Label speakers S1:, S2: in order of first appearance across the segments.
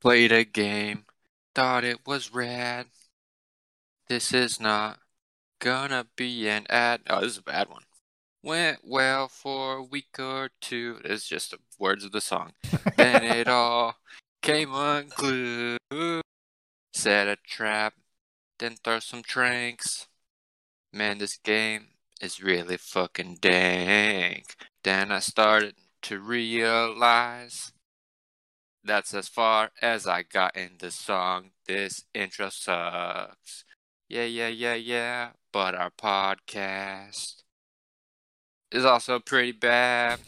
S1: Played a game, thought it was rad. This is not gonna be an ad. Oh, this is a bad one. Went well for a week or two. It's just the words of the song. then it all came unglued. Set a trap, then throw some tranks. Man, this game is really fucking dank. Then I started to realize that's as far as I got in the song. This intro sucks. Yeah, yeah, yeah, yeah. But our podcast is also pretty bad.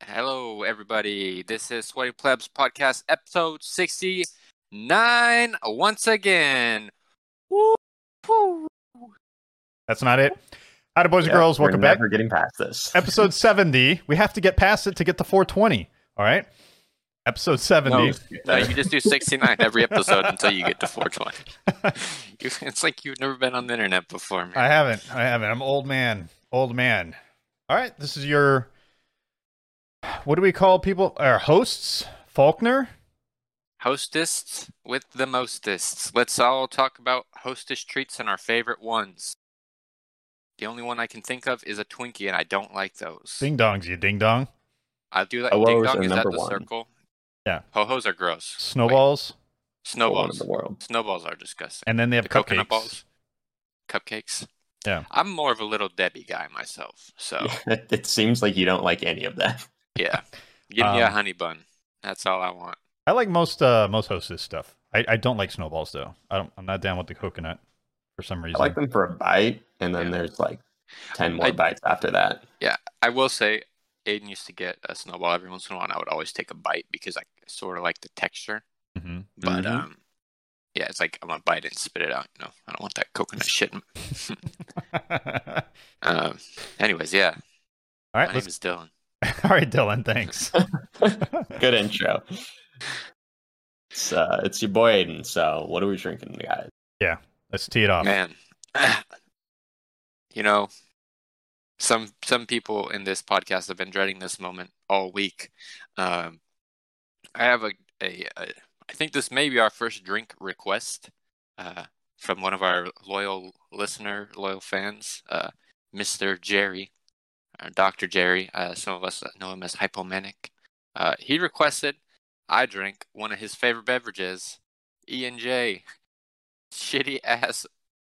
S1: Hello, everybody. This is Sweaty Plebs Podcast, episode 69, once again. Woo! woo.
S2: That's not it. Hi to boys and
S3: Yeah,
S2: girls, welcome
S3: we're
S2: back.
S3: Never getting past this.
S2: Episode 70. We have to get past it to get to 420. All right. Episode 70.
S1: No, Uh, you just do 69 every episode until you get to 420. You- it's like you've never been on the internet before, man.
S2: I haven't. I haven't. I'm old man. Old man. All right. This is your what do we call people? Our hosts? Faulkner?
S1: Hostess with the mostest. Let's all talk about hostess treats and our favorite ones. The only one I can think of is a Twinkie, and I don't like those.
S2: Ding dongs, you ding dong.
S1: I do like
S3: Ho-Hos
S1: Ding Dong.
S3: are
S1: Is that
S3: number
S1: the
S3: one.
S1: circle?
S2: Yeah.
S1: Ho hos are gross. Wait,
S2: Snowballs.
S3: One in
S1: snowballs.
S3: the world.
S1: Snowballs are disgusting.
S2: And then they have
S1: the
S2: cupcakes.
S1: coconut balls, cupcakes.
S2: Yeah.
S1: I'm more of a little Debbie guy myself, so
S3: it seems like you don't like any of that.
S1: yeah. Give me a
S2: Um,
S1: honey bun. That's all I want.
S2: I like most uh most hostess stuff. I, I don't like snowballs though. I don't I'm not down with the coconut for some reason.
S3: I like them for a bite, and then
S1: Yeah.
S3: there's like ten more
S1: I-
S3: bites after that.
S1: I will say, Aiden used to get a snowball every once in a while, and I would always take a bite because I sort of like the texture.
S2: Mhm.
S1: But
S3: Mhm.
S1: um, yeah, it's like I'm gonna bite it and spit it out. You know, I don't want that coconut shit.
S2: Mm-hmm.
S1: Um, anyways, yeah.
S2: All
S1: my
S2: right,
S1: name
S2: let's,
S1: is Dylan.
S2: all right, Dylan. Thanks.
S3: Good intro. It's uh, it's your boy Aiden. So what are we drinking, guys?
S2: Let's tee it off.
S1: Man, you know, some some people in this podcast have been dreading this moment all week. Um, I have a, a, a I think this may be our first drink request uh, from one of our loyal listener, loyal fans, uh, Mr. Jerry, or Dr. Jerry. Uh, some of us know him as Hypomanic. Uh, he requested I drink one of his favorite beverages, E and J, shitty ass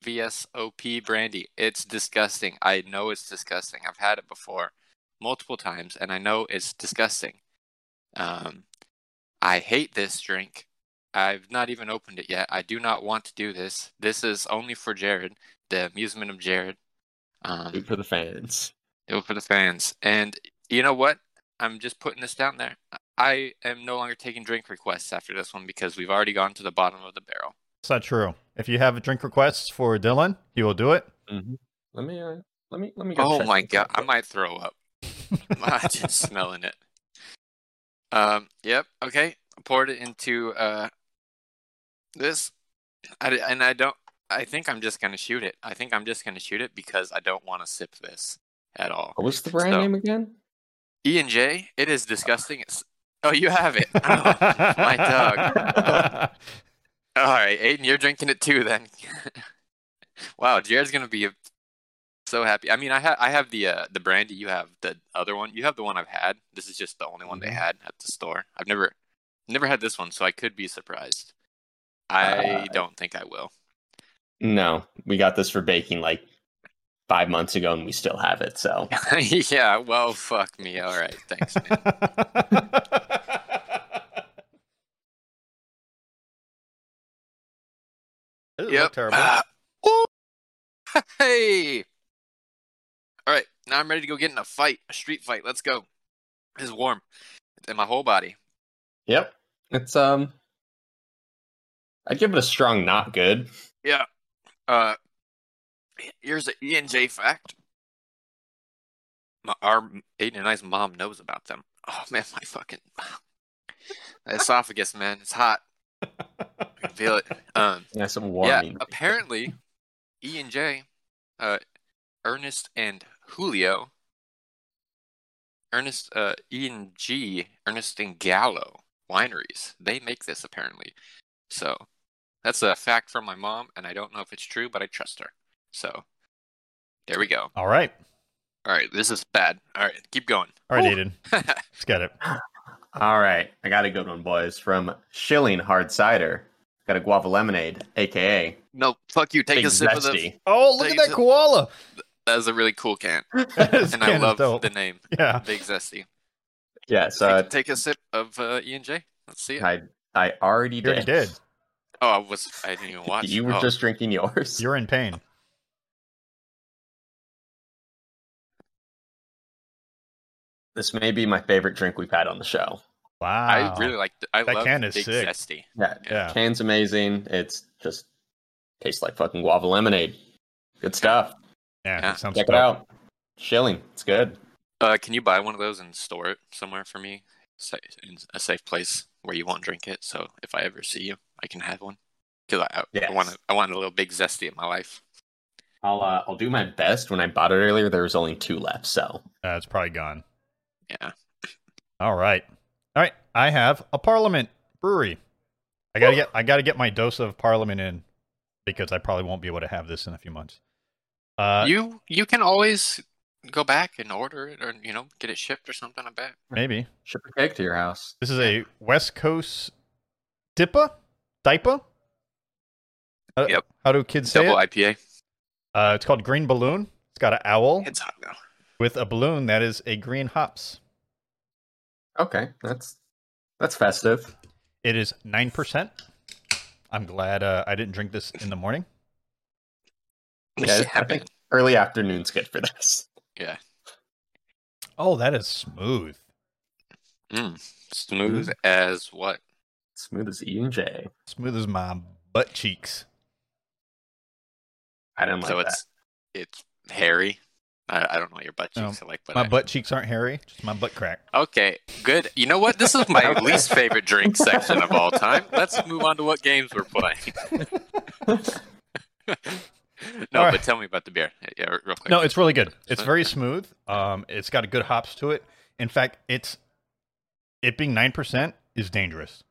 S1: VSOP brandy. It's disgusting. I know it's disgusting. I've had it before multiple times and I know it's disgusting. Um, I hate this drink. I've not even opened it yet. I do not want to do this. This is only for Jared, the amusement of Jared. Um,
S3: Food for the fans.
S1: it was for the fans. And you know what? I'm just putting this down there. I am no longer taking drink requests after this one because we've already gone to the bottom of the barrel.
S2: It's not true. If you have a drink request for Dylan, he will do it.
S3: Mhm. Let me uh, let me let me. Go
S1: Mm-hmm. Oh
S3: check
S1: my
S3: this
S1: god,
S3: out.
S1: I might throw up. I'm just smelling it. Um, yep, okay. Poured it into uh this I, d- and I don't I think I'm just going to shoot it. I think I'm just going to shoot it because I don't want to sip this at all.
S3: What was the brand
S1: So-
S3: name again?
S1: E and J, it is disgusting. It's Oh, you have it. Oh. my dog. All right, Aiden, you're drinking it too then. wow, Jared's gonna be so happy. I mean, I have I have the uh, the brandy. You have the other one. You have the one I've had. This is just the only one they
S2: Mhm.
S1: had at the store. I've never never had this one, so I could be surprised. I
S3: Uh,
S1: don't think I will.
S3: No, we got this for baking like five months ago, and we still have it. So
S1: yeah. Well, fuck me. All right. Thanks. Man.
S2: It
S1: yep. Ah.
S2: terrible.
S1: Ooh. hey. All right, now I'm ready to go get in a fight, a street fight. Let's go. It's warm It's in my whole body.
S3: yep, it's um. I'd give it a strong not good.
S1: Yeah. Uh, here's an ENJ fact. My, our Aiden and I's mom knows about them. Oh man, my fucking esophagus, man, it's hot. I can feel it. Um,
S3: Yeah, some
S1: yeah.
S3: warming.
S1: Apparently, E and J, uh, Ernest and Julio, Ernest, uh, E and G, Ernest and Gallo wineries. They make this apparently. So that's a fact from my mom, and I don't know if it's true, but I trust her. So there we go.
S2: All right.
S1: All right, this is bad. All right, keep going.
S2: All right,
S1: Ooh.
S2: Aiden. Let's get it.
S3: All right, I got a good one, boys. From Shilling Hard Cider, got a guava lemonade, aka
S1: no, fuck you. Take
S3: Big
S1: a sip of this.
S3: Zesty.
S2: Oh, look at that koala.
S1: That's a really cool can,
S2: That is
S1: and I
S2: kinda
S1: love
S2: dope.
S1: the name,
S2: Yeah.
S1: Big Zesty.
S3: Yeah, so
S1: take, take a sip of uh, E and J. Let's see it.
S3: I I already
S2: You already
S3: did.
S2: did.
S1: Oh, I was. I didn't even watch.
S3: You were
S1: Oh,
S3: just drinking yours.
S2: You're in pain.
S3: This may be my favorite drink we've had on the show.
S2: Wow.
S1: I really like. I
S2: That
S1: love
S2: can is
S1: Big
S2: sick.
S1: Zesty.
S3: Yeah,
S2: Yeah.
S3: can's amazing. It's just tastes like fucking guava lemonade. Good stuff.
S2: Yeah.
S1: Yeah.
S2: It sounds
S3: Check
S2: dope.
S3: it out. Shilling, it's good.
S1: Uh, can you buy one of those and store it somewhere for me, Sa- in a safe place where you won't drink it? So if I ever see you, I can have one. Because I, I
S3: Yes.
S1: want a, I want a little big zesty in my life.
S3: I'll uh, I'll do my best. When I bought it earlier, there was only two left, so
S2: Uh, it's probably gone.
S1: Yeah.
S2: All right. All right. I have a Parliament brewery. I gotta get I gotta get my dose of Parliament in because I probably won't be able to have this in a few months. Uh,
S1: you you can always go back and order it, or you know, get it shipped or something. I bet.
S2: maybe
S3: ship a cake to your house.
S2: this is a West Coast Dipa Dipa. Uh,
S1: Yep.
S2: How do kids say
S1: Double
S2: it?
S1: IPA.
S2: Uh, it's called Green Balloon. It's got an owl
S1: It's hot now.
S2: with a balloon that is a green hops.
S3: Okay, that's that's festive.
S2: It is nine percent. I'm glad uh, I didn't drink this in the morning.
S3: Yeah, I think early afternoon's good for this.
S1: Yeah.
S2: Oh, that is smooth.
S1: Mm, smooth
S2: Mm-hmm.
S1: as what?
S3: Smooth as E and J.
S2: Smooth as my butt cheeks.
S3: I don't like
S1: so
S3: that.
S1: it's it's hairy. I, I don't know what your butt cheeks are like, but
S2: Oh. my
S1: I-
S2: butt cheeks aren't hairy, just my butt crack.
S1: Okay, good. You know what? This is my least favorite drink section of all time. Let's move on to what games we're playing. no,
S2: All right.
S1: but tell me about the beer. Yeah, re- real quick.
S2: No, it's really good. It's very smooth. Um, it's got a good hops to it. In fact, it's it being nine percent is dangerous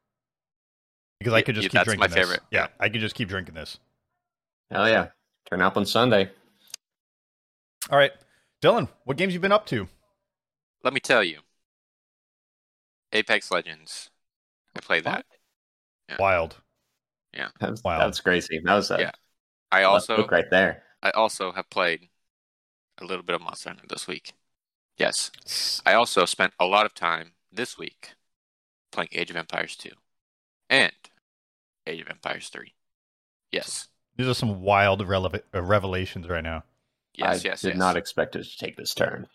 S2: because I
S1: Y-
S2: could just
S1: y-
S2: keep
S1: that's
S2: drinking
S1: my
S2: this.
S1: favorite.
S2: Yeah, I could just keep drinking this.
S3: Hell yeah. Turn up on Sunday.
S2: All right, Dylan, what games you been up to?
S1: Let me tell you. Apex Legends. I played that. Yeah.
S2: Wild.
S3: That's,
S2: Wow.
S3: that's crazy. That was a
S1: Yeah. I
S2: Oh,
S3: left
S1: also
S3: hook right there.
S1: I also have played a little bit of Monster Hunter this week. Yes. I also spent a lot of time this week playing Age of Empires 2 and Age of Empires 3. Yes.
S2: These are some wild releva- uh, revelations right now.
S1: Yes,
S3: I
S1: yes,
S3: did
S1: yes.
S3: not expect it to take this turn.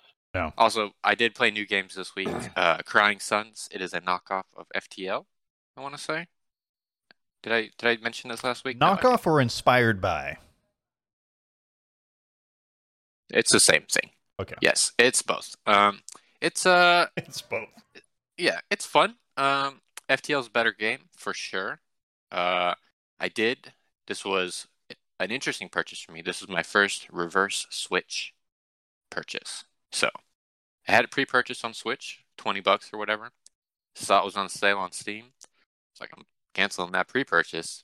S1: Also, I did play new games this week. Uh, Crying Suns. It is a knockoff of FTL. I want to say. Did I did I mention this last week? No, I didn't.
S2: Knockoff or inspired by?
S1: It's the same thing.
S2: Okay,
S1: Yes, it's both. Um, it's uh,
S2: it's both.
S1: yeah, it's fun. Um, FTL is a better game for sure. Uh, I did. This was an interesting purchase for me. This was my first reverse Switch purchase. So I had it pre-purchased on Switch, twenty bucks or whatever. Saw it was on sale on Steam. It's like I'm canceling that pre-purchase.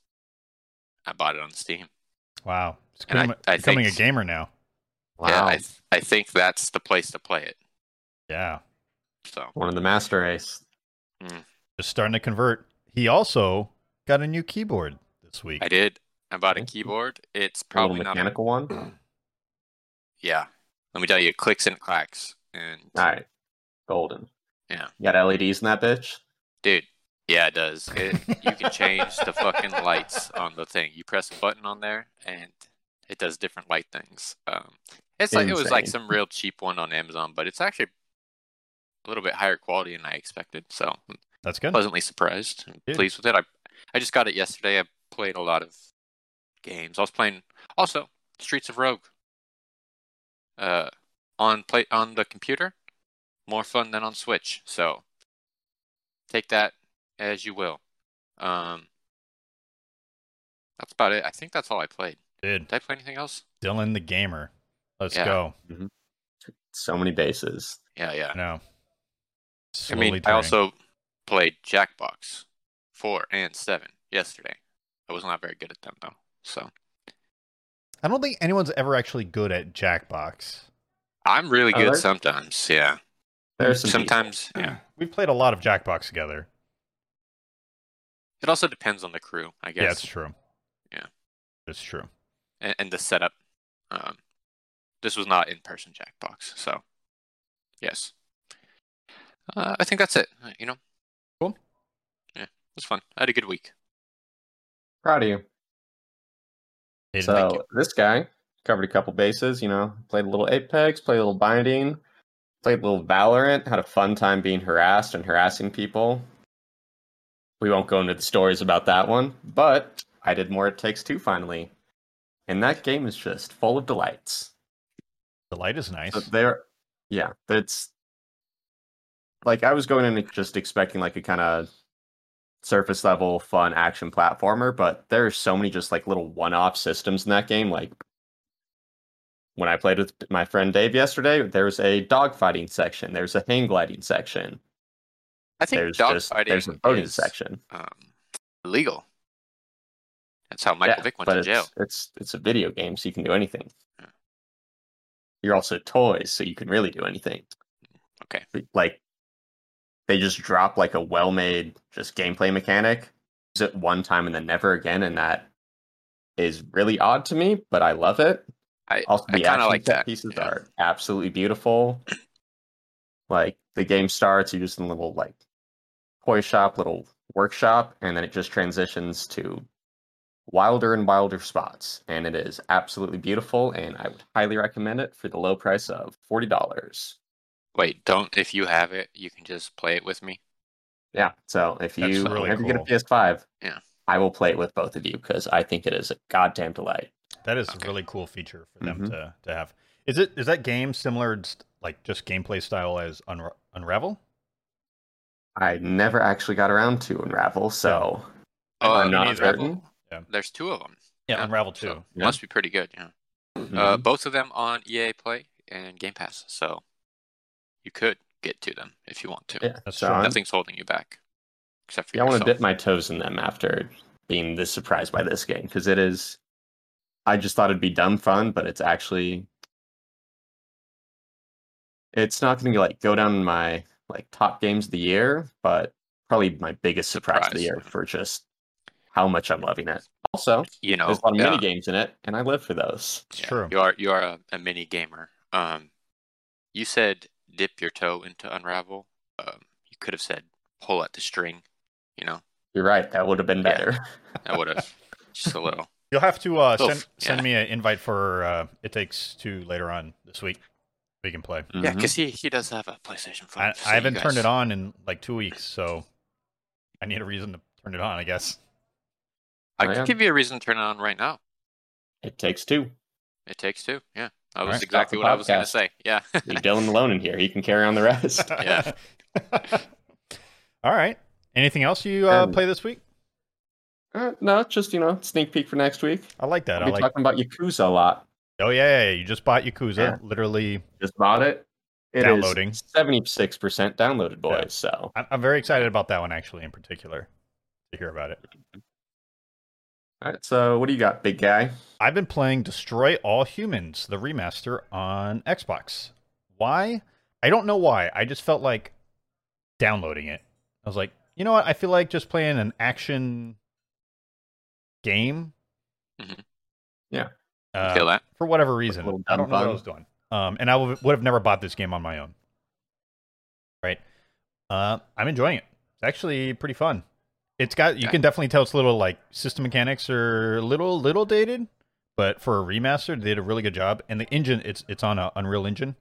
S1: I bought it on Steam.
S2: Wow, it's
S1: And I-
S2: becoming,
S1: I
S2: becoming
S1: think-
S2: a gamer now.
S3: Wow.
S1: Yeah, I, th- I think that's the place to play it.
S2: Yeah.
S1: So
S3: One of the master race.
S2: just starting to convert. He also got a new keyboard this week.
S1: I did. I bought a
S3: Okay.
S1: keyboard. It's
S3: A little
S1: probably not. Mm.
S3: mechanical one.
S1: Yeah. Let me tell you, it clicks and clacks. And
S3: All right. Golden.
S1: Yeah.
S3: You got LEDs in that bitch?
S1: dude, yeah, it does. It, you can change the fucking lights on the thing. You press a button on there, and it does different light things. Um, it's like it was like
S3: Insane.
S1: some real cheap one on Amazon, but it's actually a little bit higher quality than I expected. So I'm
S2: That's good.
S1: pleasantly surprised and
S2: Dude.
S1: pleased with it. I I just got it yesterday. I played a lot of games. I was playing also Streets of Rogue. Uh on play on the computer. More fun than on Switch. So take that as you will. Um That's about it. I think that's all I played.
S2: Dude,
S1: Did I play anything else?
S2: Dylan the gamer. Let's
S1: Yeah.
S2: go.
S3: So many bases.
S1: Yeah, yeah.
S2: I know.
S1: I
S2: Slowly
S1: mean, I
S2: turning.
S1: also played Jackbox four and seven yesterday. I was not very good at them though, so
S2: I don't think anyone's ever actually good at Jackbox.
S1: I'm really
S3: Oh,
S1: good
S3: there-
S1: sometimes. Yeah,
S3: There's some
S1: sometimes.
S3: people.
S1: Yeah,
S2: We've played a lot of Jackbox together.
S1: it also depends on the crew, I
S2: Yeah, it's
S1: guess,
S2: true.
S1: Yeah.
S2: It's true.
S1: and, and the setup. Um, this was not in person Jackbox, so yes, uh, I think that's it. uh, You know,
S2: Cool.
S1: Yeah, it was fun. I had a good week.
S3: Proud of you.
S2: Hayden, thank you.
S3: So this guy covered a couple bases, you know, played a little Apex, played a little Binding, played a little Valorant, had a fun time being harassed and harassing people. We won't go into the stories about that one, but I did more It Takes Two finally. And that game is just full of delights.
S2: the light is nice.
S3: So there, yeah, it's like I was going in just expecting like a kind of surface level fun action platformer, but there are so many just like little one off systems in that game. Like when I played with my friend Dave yesterday, there's a dogfighting section, there's a hang gliding section,
S1: I think
S3: there's just there's a
S1: dogfighting
S3: boating
S1: is
S3: section.
S1: um, illegal. That's how Michael
S3: Yeah,
S1: Vick went
S3: but
S1: to
S3: it's,
S1: jail. Hmm.
S3: It's it's a video game, so you can do anything.
S1: Yeah.
S3: You're also toys, so you can really do anything.
S1: Okay.
S3: like they just drop like a well-made just gameplay mechanic use it one time and then never again and that is really odd to me but i love it
S1: I,
S3: also
S1: I
S3: the
S1: kind
S3: action
S1: of like
S3: set
S1: that.
S3: pieces
S1: yeah.
S3: are absolutely beautiful like the game starts you're just in a little like toy shop little workshop and then it just transitions to wilder and wilder spots and it is absolutely beautiful and i would highly recommend it for the low price of $40
S1: Wait, don't. If you have it, you can just play it with me.
S3: Yeah. So if
S2: That's
S3: you
S2: really
S3: whenever you get a
S2: cool.
S3: PS5,
S1: Yeah.
S3: I will play it with both of you because I think it is a goddamn delight.
S2: That is
S1: Okay.
S2: a really cool feature for them
S3: Mhm.
S2: to, to have. Is it is that game similar s- like just gameplay style as Unra- Unravel?
S3: I never actually got around to Unravel, so
S1: Oh,
S3: I'm not
S1: Unravel?
S3: certain.
S1: There's two of them.
S2: Yeah,
S1: Yeah,
S2: Unravel too.
S1: So
S3: Yeah.
S1: must be pretty good. Yeah. Uh, both of them on EA Play and Game Pass, so you could get to them if you want to.
S3: yeah.
S2: That's
S3: So
S2: true.
S3: I'm-
S1: Nothing's holding you back, except for
S3: yeah, I want
S1: yourself.
S3: to dip my toes in them after being this surprised by this game because it is. I just thought it'd be dumb fun, but it's actually. It's not going to like go down in my like top games of the year, but probably my biggest surprise, of the
S1: Surprise,
S3: year
S1: yeah.
S3: for just how much I'm loving it. Also,
S1: you know,
S3: There's a lot of
S2: Oh,
S1: yeah,
S3: mini games in it, and I live for those.
S2: It's
S1: yeah,
S2: true.
S1: You are you are a, a mini gamer. Um, you said dip your toe into Unravel. Um, you could have said pull at the string. You know,
S3: You're right. That would have been
S1: Yeah.
S3: better.
S1: that would have just a little.
S2: You'll have to uh,
S1: Oh,
S2: send
S1: yeah.
S2: send me an invite for uh, It Takes Two later on this week. We can play.
S1: Yeah, because he he does have a PlayStation
S2: I,
S1: Five. so
S2: I
S1: you
S2: haven't turned
S1: guys-
S2: it on in like two weeks, so I need a reason to turn it on. I guess.
S1: I
S3: Oh,
S1: could
S3: yeah.
S1: give you a reason to turn it on right now.
S3: it takes two.
S1: It takes two. Yeah, that
S2: All
S1: was
S2: right.
S1: exactly
S3: Stop the
S1: what I was going to
S3: podcast.
S1: say. Yeah.
S3: Leave Dylan alone in here. He can carry on the rest.
S1: Yeah.
S2: All right. Anything else you uh,
S3: Um,
S2: play this week?
S3: Uh, no, just you know, sneak peek for next week.
S2: I like that.
S3: I'll
S2: I
S3: be
S2: like.
S3: talking about Yakuza a lot.
S2: Oh yeah, yeah, yeah, you just bought Yakuza.
S3: Yeah.
S2: Literally,
S3: Just bought it. It is
S2: Downloading.
S3: 76% downloaded, boys.
S2: Yeah.
S3: So
S2: I'm, I'm very excited about that one actually, in particular, to hear about it.
S3: all right. So what do you got, big guy?
S2: I've been playing Destroy All Humans, the remaster on Xbox. Why? I don't know why. I just felt like downloading it. I was like, you know what? I feel like just playing an action game.
S1: Mhm.
S3: Yeah.
S2: Uh,
S1: Feel that?
S2: for whatever reason.
S3: little
S2: I don't know what I
S3: dumb
S2: was doing. Um, and I would would have never bought this game on my own. Right. Uh, I'm enjoying it. It's actually pretty fun. It's got you
S1: Okay.
S2: can definitely tell it's a little like system mechanics are a little little dated, but for a remaster they did a really good job. And the engine it's it's on a Unreal Engine.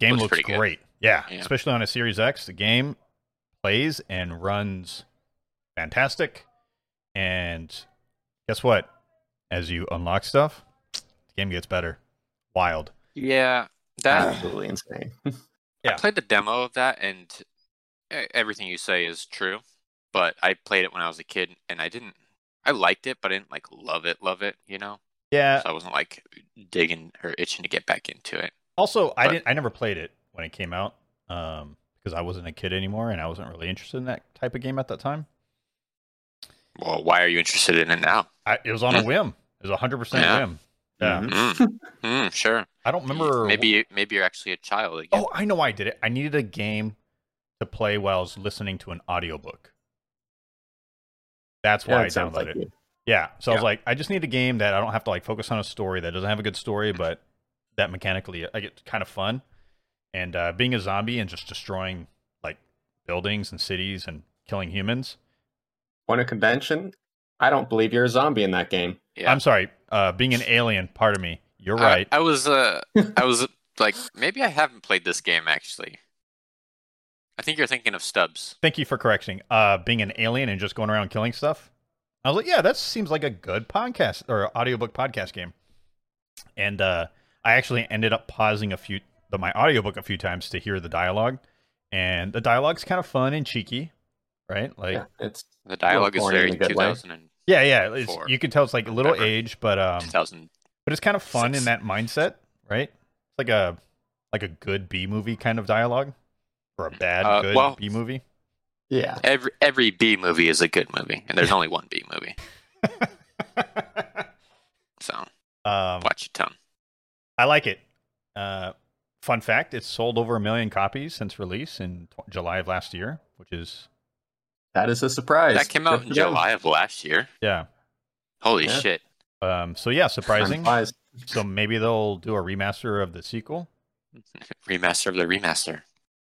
S2: Game
S1: Looks
S2: looks,
S1: pretty good.
S2: great. Yeah,
S1: Yeah.
S2: especially on a Series X, the game plays and runs fantastic. And guess what? As you unlock stuff, the game gets better. Wild.
S1: Yeah. That
S3: Absolutely insane.
S2: Yeah.
S1: I played the demo of that, and e- everything you say is true. But I played it when I was a kid, and I didn't. I liked it, but I didn't like love it, love it. You know,
S2: Yeah.
S1: so I wasn't like digging or itching to get back into it.
S2: Also, I
S1: But-
S2: didn't. I never played it when it came out um, because because I wasn't a kid anymore and I wasn't really interested in that type of game at that time.
S1: Well, why are you interested in it now?
S2: I, it was on a whim. It was 100%
S1: Yeah.
S2: whim. Yeah.
S3: Mhm.
S1: Mm. Mm, sure.
S2: I don't Hmm. remember.
S1: Maybe maybe you're actually a child again.
S2: Oh, I know why I did it. I needed a game to play while I was listening to an audiobook. That's
S3: Yeah,
S2: why I
S3: it sounds
S2: downloaded
S3: like
S2: it.
S3: you.
S2: Yeah. So I was
S1: Yeah.
S2: like, I just need a game that I don't have to like focus on a story that doesn't have a good story,
S1: Mm-hmm.
S2: but that mechanically I get kind of fun. And uh, being a zombie and just destroying like buildings and cities and killing humans.
S3: Point of convention. I don't believe you're a zombie in that game.
S1: yeah.
S2: I'm sorry, uh, being an alien. Pardon me. You're
S1: I-
S2: right.
S1: I, was uh I was like maybe I haven't played this game actually. I think you're thinking of Stubbs.
S2: Thank you for correcting. Uh, being an alien and just going around killing stuff. I was like, yeah, that seems like a good podcast or audiobook podcast game. And uh, I actually ended up pausing a few the, my audiobook a few times to hear the dialogue, and the dialogue's kind of fun and cheeky, right? Like,
S3: yeah, it's
S1: The dialogue is
S3: corny
S1: very
S3: in a good way.
S1: 2000 and
S2: yeah, yeah. it's,
S1: Four.
S2: you can tell it's like a little
S1: Whatever.
S2: age, but um,
S1: 2000.
S2: but it's kind of fun in
S1: Six.
S2: that mindset, right? It's like a like a good B movie kind of dialogue, or a bad
S1: Uh,
S2: good
S1: well-
S2: B movie.
S3: yeah.
S1: Every every B movie is a good movie, and there's only one B movie, so
S2: um,
S1: watch your tongue.
S2: I like it. Uh, fun fact: it's sold over a million copies since release in t- July of last year, which is
S3: That is a surprise.
S1: That came
S3: Good
S1: out in
S3: for them.
S1: July of last year.
S2: yeah.
S1: Holy
S3: Yeah.
S1: shit!
S2: Um, so yeah, surprising.
S3: Surprise.
S2: so maybe they'll do a remaster of the sequel.
S1: Remaster of the remaster.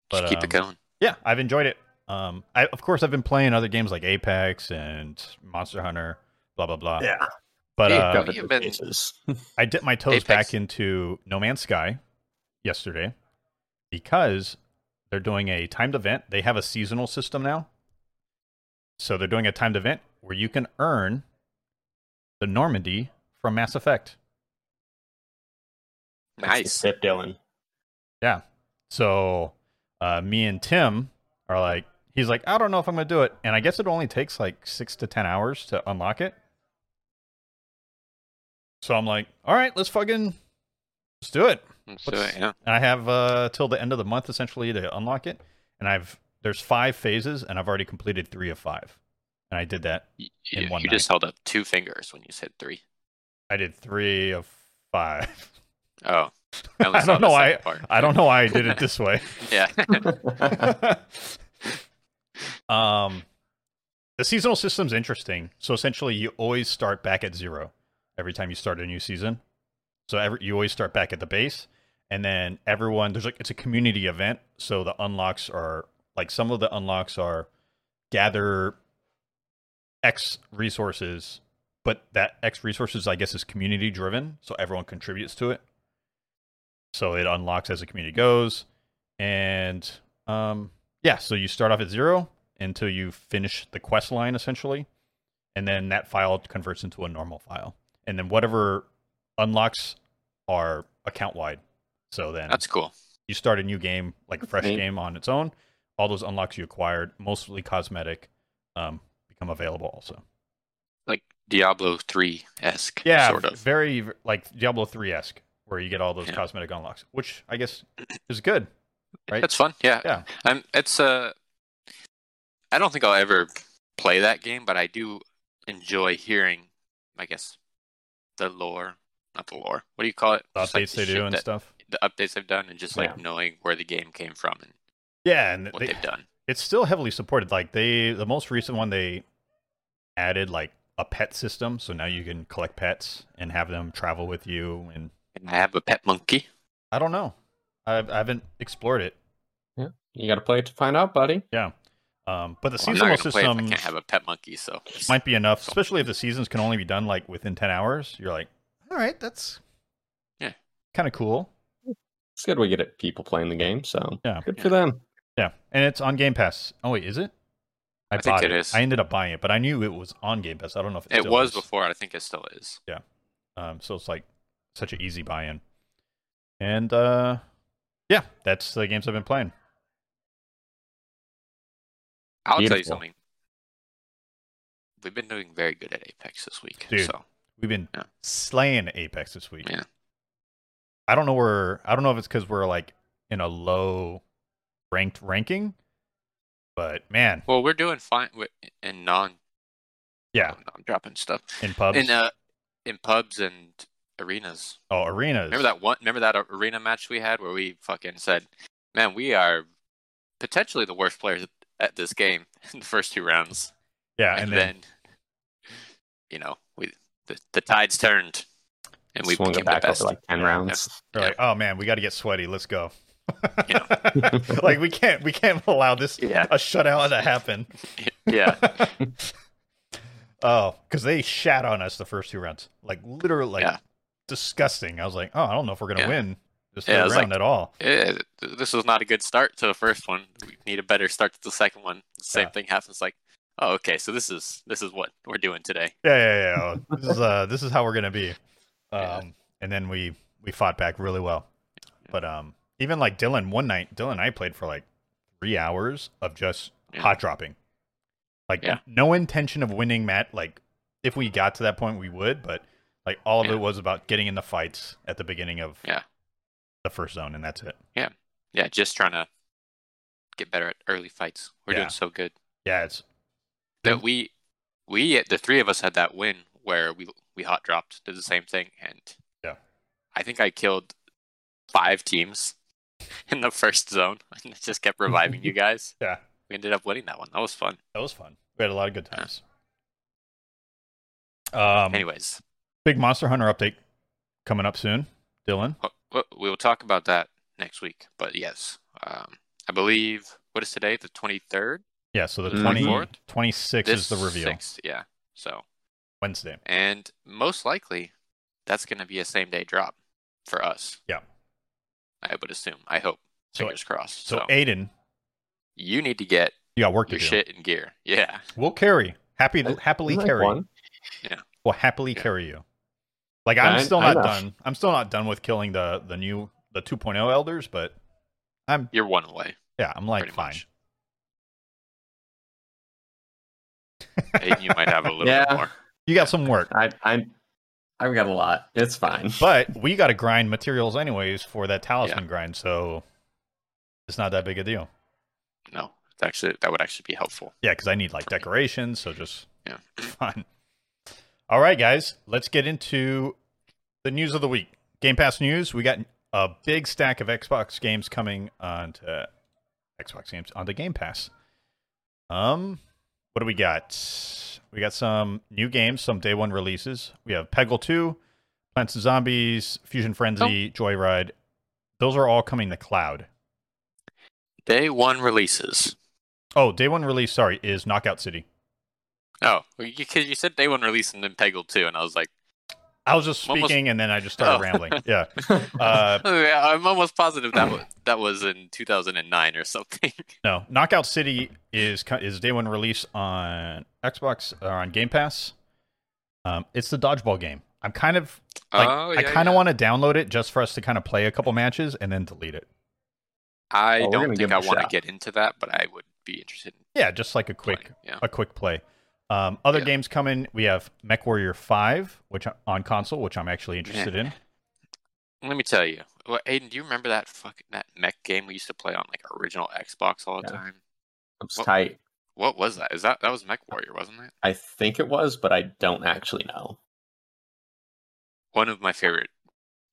S2: But,
S1: Just keep it
S2: um,
S1: going.
S2: Yeah, I've enjoyed it. Um, I, of course, I've been playing other games like Apex and Monster Hunter, blah blah blah.
S3: Yeah.
S2: But
S1: Yeah,
S2: uh,
S3: Covered
S1: you've
S3: the
S1: been-
S3: bases.
S2: I dipped my toes
S1: Apex.
S2: back into No Man's Sky yesterday because they're doing a timed event. They have a seasonal system now. So they're doing a timed event where you can earn the Normandy from Mass Effect.
S1: Nice.
S3: Sip Dylan.
S2: Yeah. So uh, me and Tim are like, he's like, I don't know if I'm going to do it. And I guess it only takes like six to 10 hours to unlock it. So I'm like, all right, let's fucking, let's do it.
S1: So,
S2: What's-
S1: yeah.
S2: and I have uh, till the end of the month essentially to unlock it. And I've there's five phases, and I've already completed three of five. And I did that.
S1: You,
S2: in
S1: you
S2: one
S1: just held up two fingers when you said three.
S2: I did three of five.
S1: Oh, I, only
S2: I
S1: saw
S2: don't
S1: the
S2: know why-
S1: second part.
S2: I don't know why I did it this way.
S1: Yeah.
S2: um, the seasonal system's interesting. So essentially, you always start back at zero every time you start a new season. So every, you always start back at the base, and then everyone there's like it's a community event. So the unlocks are like some of the unlocks are gather X resources, but that X resources I guess is community driven, so everyone contributes to it. So it unlocks as the community goes, and um, yeah, so you start off at zero until you finish the quest line essentially, and then that file converts into a normal file, and then whatever unlocks are account wide. So then
S1: That's cool.
S2: you start a new game, like a fresh
S3: neat.
S2: game on its own. All those unlocks you acquired, mostly cosmetic, um, become available also.
S1: Like Diablo 3 esque,
S2: Yeah,
S1: sort of.
S2: very v- like Diablo three esque, where you get all those
S1: Yeah.
S2: cosmetic unlocks, which I guess is good. right?
S1: That's fun. Yeah.
S2: Yeah.
S1: I'm, it's, uh, I don't think I'll ever play that game, but I do enjoy hearing, I guess, the lore. Not the lore. What do you call it?
S2: The
S1: Just, like,
S2: updates
S1: the
S2: they do
S1: shit
S2: and
S1: that-
S2: stuff.
S1: The updates they've done and just like knowing where the game came from and
S2: Yeah, and
S1: what
S2: they,
S1: they've done.
S2: it's still heavily supported. Like they, the most recent one they added like a pet system, so now you can collect pets and have them travel with you. And
S1: And I have a pet monkey.
S2: I don't know, I've, I haven't explored it.
S3: You got to play it to find out, buddy.
S2: Um, but the
S1: Well, I'm not
S2: seasonal
S1: gonna play if I
S2: system
S1: can't have a pet monkey, so.
S2: might be enough, especially if the seasons can only be done like within 10 hours. You're like, all right, that's
S1: Yeah.
S2: kind of cool.
S3: It's good we get it, people playing the game, so
S2: Yeah.
S3: good for them.
S2: Yeah. And it's on Game Pass. Oh, wait, is it? I,
S1: I think
S2: bought
S1: it is.
S2: I ended up buying it, but I knew it was on Game Pass. I don't know if it,
S1: It
S2: still
S1: was
S2: is.
S1: before, I think it still is.
S2: Um, so it's like such an easy buy in. And uh, yeah, that's the games I've been playing.
S1: I'll tell you
S3: Beautiful.
S1: something. We've been doing very good at Apex this week.
S2: Dude.
S1: So
S2: We've been
S1: Yeah.
S2: slaying Apex this week.
S1: Yeah.
S2: I don't know where I don't know if it's because we're like in a low ranked ranking. But man,
S1: Well, we're doing fine wi- in non.
S2: yeah,
S1: oh, no, I'm dropping stuff
S2: in pubs,
S1: in uh in pubs and arenas.
S2: oh arenas.
S1: Remember that one? Remember that arena match we had where we fucking said, "Man, we are potentially the worst players at this game in the first two rounds."
S2: Yeah,
S1: And, then, you know, we the, the tides turned, and we
S3: swung
S1: became
S3: it back
S1: the best.
S3: over like ten
S1: Yeah.
S3: rounds.
S2: They're
S1: Yeah.
S2: like, oh man, we got to get sweaty. Let's go.
S1: Yeah.
S2: like we can't, we can't allow this
S3: Yeah,
S2: a shutout to happen.
S1: yeah,
S2: oh, because they shat on us the first two rounds, like literally, like,
S1: Yeah.
S2: disgusting. I was like, oh, I don't know if we're gonna
S1: Yeah.
S2: win this
S1: Yeah, it
S2: third
S1: was
S2: round at all.
S1: Eh, th- this was not a good start to the first one. We need a better start to the second one. The same
S2: Yeah.
S1: thing happens. Like, oh, okay, so this is this is what we're doing today.
S2: Yeah, yeah, yeah. Oh, this is uh, this is how we're gonna be. Um,
S1: Yeah.
S2: and then we we fought back really well. But um, even like Dylan, one night, Dylan and I played for like three hours of just
S1: Yeah.
S2: hot dropping, like
S1: Yeah.
S2: no intention of winning. Matt, like if we got to that point, we would, but like all of
S1: Yeah.
S2: it was about getting in the fights at the beginning of
S1: Yeah.
S2: the first zone, and that's it.
S1: Yeah, just trying to get better at early fights. We're
S2: Yeah.
S1: doing so good.
S2: Yeah, it's
S1: that we we the three of us had that win where we we hot dropped did the same thing and
S2: Yeah.
S1: i think i killed five teams in the first zone and it just kept reviving you guys
S2: yeah,
S1: we ended up winning that one that was fun
S2: that was fun. We had a lot of good times. Um,
S1: anyways
S2: big Monster Hunter update coming up soon, Dylan.
S1: wh- wh- we will talk about that next week but yes um, i believe what is today the 23rd
S2: Yeah, so the
S1: Mhm.
S2: 20,
S1: 24th?
S2: 26th is the reveal
S1: sixth, yeah so
S2: Wednesday.
S1: and most likely that's going to be a same day drop for us
S2: Yeah.
S1: i would assume i hope
S2: So-
S1: fingers crossed
S2: So
S1: so,
S2: Aiden,
S1: you need to get
S2: you got work to
S1: your
S2: do.
S1: shit in gear yeah
S2: We'll carry. Happy
S3: Uh,
S2: happily
S3: Isn't that
S2: carry.
S3: fun?
S2: We'll happily
S1: Yeah.
S2: carry you. Like
S3: Yeah,
S2: I'm
S3: I-
S2: still
S3: I
S2: not
S3: know.
S2: done. I'm still not done with killing the the new the 2.0 elders, but I'm
S1: you're one away
S2: yeah, I'm like
S1: pretty
S2: fine.
S1: much and you might have a little
S3: Yeah.
S1: bit more
S2: You got some work.
S3: I I I've got a lot. It's fine.
S2: But we got to grind materials anyways for that talisman grind, so it's not that big a deal.
S1: no it's actually that would actually be helpful
S2: Yeah, because I need like decorations, so just
S1: Yeah.
S2: fun. All right, guys, let's get into the news of the week. Game Pass news. We got a big stack of Xbox games coming onto Xbox games onto Game Pass. Um, what do we got? We got some new games, some day one releases. We have Peggle Two, Plants and Zombies, Fusion Frenzy, Joyride. Those are all coming to cloud.
S1: day one releases
S2: Oh, day one release. Sorry, is Knockout City.
S1: oh because you said day one release and then peggle 2 and i was like
S2: I was just
S1: Almost-
S2: speaking, and then I just started
S1: Oh.
S2: rambling. Yeah. Uh,
S1: oh, yeah, i'm almost positive that was, that was in 2009 or something
S2: no, Knockout City is co- is day one release on Xbox or on Game Pass. Um, it's the dodgeball game. I'm kind of like
S1: oh
S2: I kind of want to download it just for us to kind of play a couple matches and then delete it.
S1: i
S3: Oh, we're
S1: don't
S3: gonna
S1: think
S3: give
S1: i
S3: it a
S1: want to
S3: shot.
S1: get into that but i would be interested in
S2: Yeah, just like a quick
S1: playing, yeah
S2: a quick play. Um, other
S1: Yeah.
S2: games coming. We have MechWarrior Five, which I- on console, which I'm actually interested in.
S1: Let me tell you, well, Aiden, do you remember that fucking that mech game we used to play on like original Xbox all the
S3: Yeah.
S1: time?
S3: it's
S1: Well-
S3: tight.
S1: What was that? Is that that was Mech Warrior, wasn't it?
S3: I think it was, but I don't actually know.
S1: One of my favorite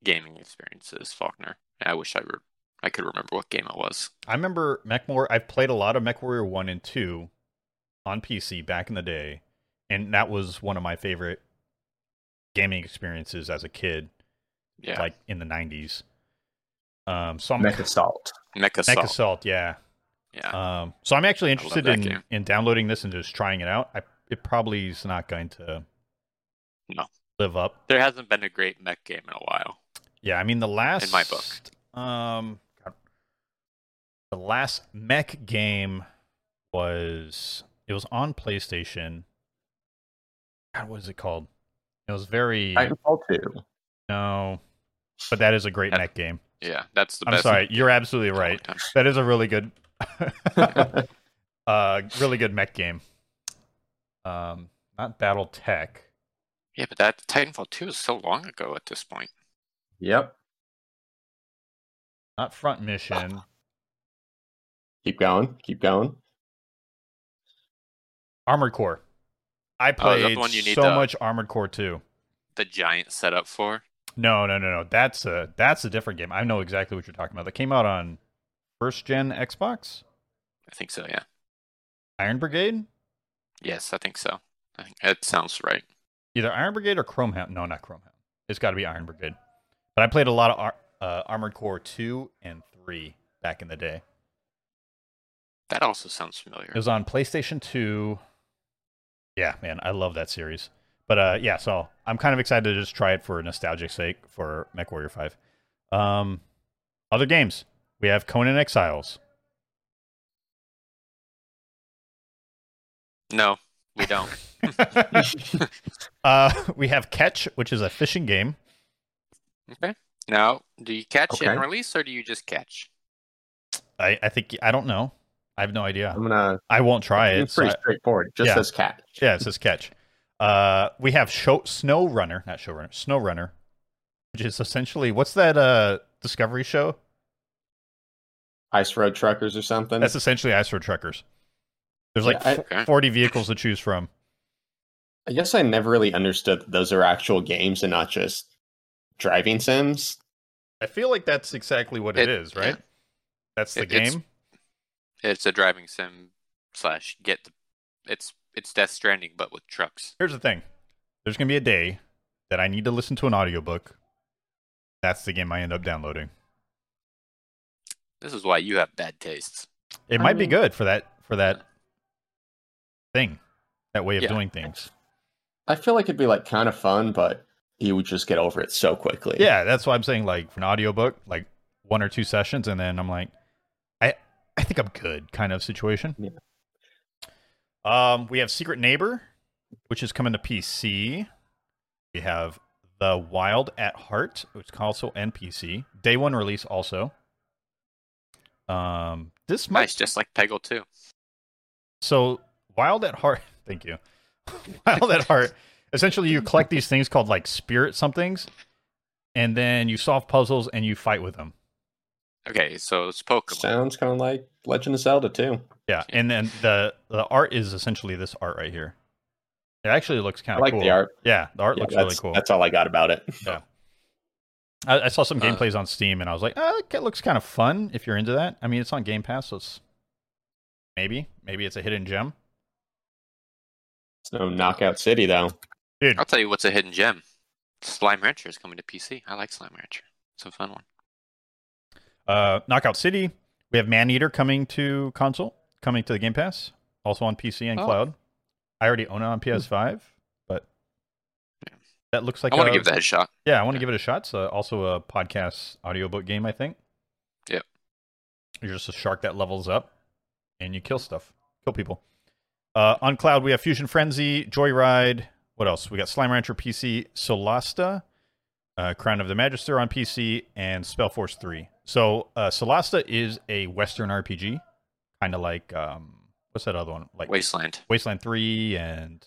S1: gaming experiences, Faulkner. I wish I were I could remember what game it was.
S2: I remember MechWarrior. I've played a lot of MechWarrior One and Two on PC back in the day, and that was one of my favorite gaming experiences as a kid,
S1: Yeah,
S2: like in the '90s. Um, so I'm
S3: Mech Assault.
S1: Mech
S2: Mech
S1: Assault.
S2: Assault, yeah.
S1: Yeah,
S2: Um, so I'm actually interested
S1: that
S2: in
S1: game.
S2: in downloading this and just trying it out. I, it probably is not going to
S1: No.
S2: live up
S1: there hasn't been a great mech game in a while.
S2: Yeah, I mean the last
S1: my book.
S2: Um, God. the last mech game was it was on PlayStation. God, what is it called? It was very
S3: Titanfall 2.
S2: no, but that is a great
S1: Yeah.
S2: mech game.
S1: Yeah, that's the
S2: I'm
S1: best.
S2: sorry, you're absolutely
S1: of all
S2: right.
S1: time.
S2: That is a really good, uh, really good mech game. Um, not Battle Tech.
S1: Yeah, but that Titanfall two is so long ago at this point.
S3: yep.
S2: not front mission.
S3: Keep going. Keep going.
S2: Armored Core.
S1: Oh,
S2: I
S1: is that the
S2: played
S1: one you need
S2: so
S1: the-
S2: much Armored Core too.
S1: The giant setup for.
S2: No, no, no, no. That's a that's a different game. I know exactly what you're talking about. That came out on first gen Xbox.
S1: I think so. Yeah.
S2: Iron Brigade.
S1: Yes, I think so. I think that sounds right.
S2: Either Iron Brigade or Chromehound. No, not Chromehound. It's got to be Iron Brigade. But I played a lot of Ar- uh, Armored Core two and three back in the day.
S1: That also sounds familiar.
S2: It was on PlayStation 2. Yeah, man, I love that series. But uh, yeah, so I'm kind of excited to just try it for nostalgic sake for MechWarrior 5. Um, other games. We have Conan Exiles.
S1: No, we don't.
S2: uh, we have Catch, which is a fishing game.
S1: okay. Now, do you catch
S3: Okay.
S1: and release, or do you just catch?
S2: I, I think, I don't know. I have no idea.
S3: I'm gonna.
S2: I won't try it.
S3: It's
S2: so
S3: uh, Um, pretty
S2: I-
S3: straightforward. Just
S2: yeah.
S3: says cat.
S2: yeah, it says Catch. Uh, we have show, Snow Runner, not Showrunner, Snow Runner, which is essentially, what's that uh, Discovery show?
S3: Ice road truckers or something.
S2: That's essentially Ice Road Truckers. There's like
S3: Um, Yeah, I-
S2: f-
S1: Okay.
S2: 40 vehicles to choose from.
S3: I guess I never really understood that those are actual games and not just driving sims.
S2: I feel like that's exactly what it is, right?
S1: yeah.
S2: That's the
S1: It- it's-
S2: game.
S1: It's a driving sim slash get the. It's it's Death Stranding, but with trucks.
S2: Here's the thing. There's going to be a day that I need to listen to an audiobook. That's the game I end up downloading.
S1: This is why you have bad tastes.
S2: It
S3: I
S2: might be
S3: mean-
S2: good for that for that thing, that way of
S1: Yeah.
S2: doing things.
S3: I feel like it'd be like kind of fun, but you would just get over it so quickly.
S2: Yeah, that's why I'm saying like for an audiobook, like one or two sessions and then I'm like I I think I'm good kind of situation.
S3: Yeah.
S2: Um we have Secret Neighbor, which is coming to PC. We have The Wild at Heart, which is also NPC. Day one release also. Um this might
S1: Nice, just like Peggle too.
S2: so wild at heart. Thank you. wild at heart. Essentially, you collect these things called like spirit somethings, and then you solve puzzles and you fight with them.
S1: Okay, so it's Pokemon.
S3: Sounds kind of like Legend of Zelda too.
S2: Yeah, and then the the art is essentially this art right here. It actually looks kind
S3: I
S2: of
S3: like
S2: cool.
S3: the art.
S2: Yeah, the art
S3: Yeah,
S2: looks
S3: that's,
S2: really cool.
S3: That's all I got about it.
S2: I, I saw some
S1: Uh,
S2: gameplays on Steam, and I was like, oh, it looks kind of fun if you're into that. I mean, it's on Game Pass, so it's maybe maybe it's a hidden gem.
S3: It's no Knockout City though.
S1: I'll tell you what's a hidden gem. Slime Rancher is coming to PC. I like Slime Rancher. It's a fun one.
S2: Uh, Knockout City. We have Man Eater coming to console, coming to the Game Pass, also on PC and
S1: Oh.
S2: cloud. I already own it on PS5, but that looks like
S1: I want
S2: a-
S1: to give that a shot.
S2: Yeah, I want to give it a shot. It's uh, also a podcast audiobook game, I think.
S1: Yep.
S2: You're just a shark that levels up, and you kill stuff, kill people. Uh, on cloud, we have Fusion Frenzy, Joyride. What else? We got Slime Rancher PC, Solasta, uh, Crown of the Magister on PC, and Spellforce 3. So uh, Solasta is a Western RPG, kind of like um, what's that other one? Like
S1: Wasteland.
S2: Wasteland 3 and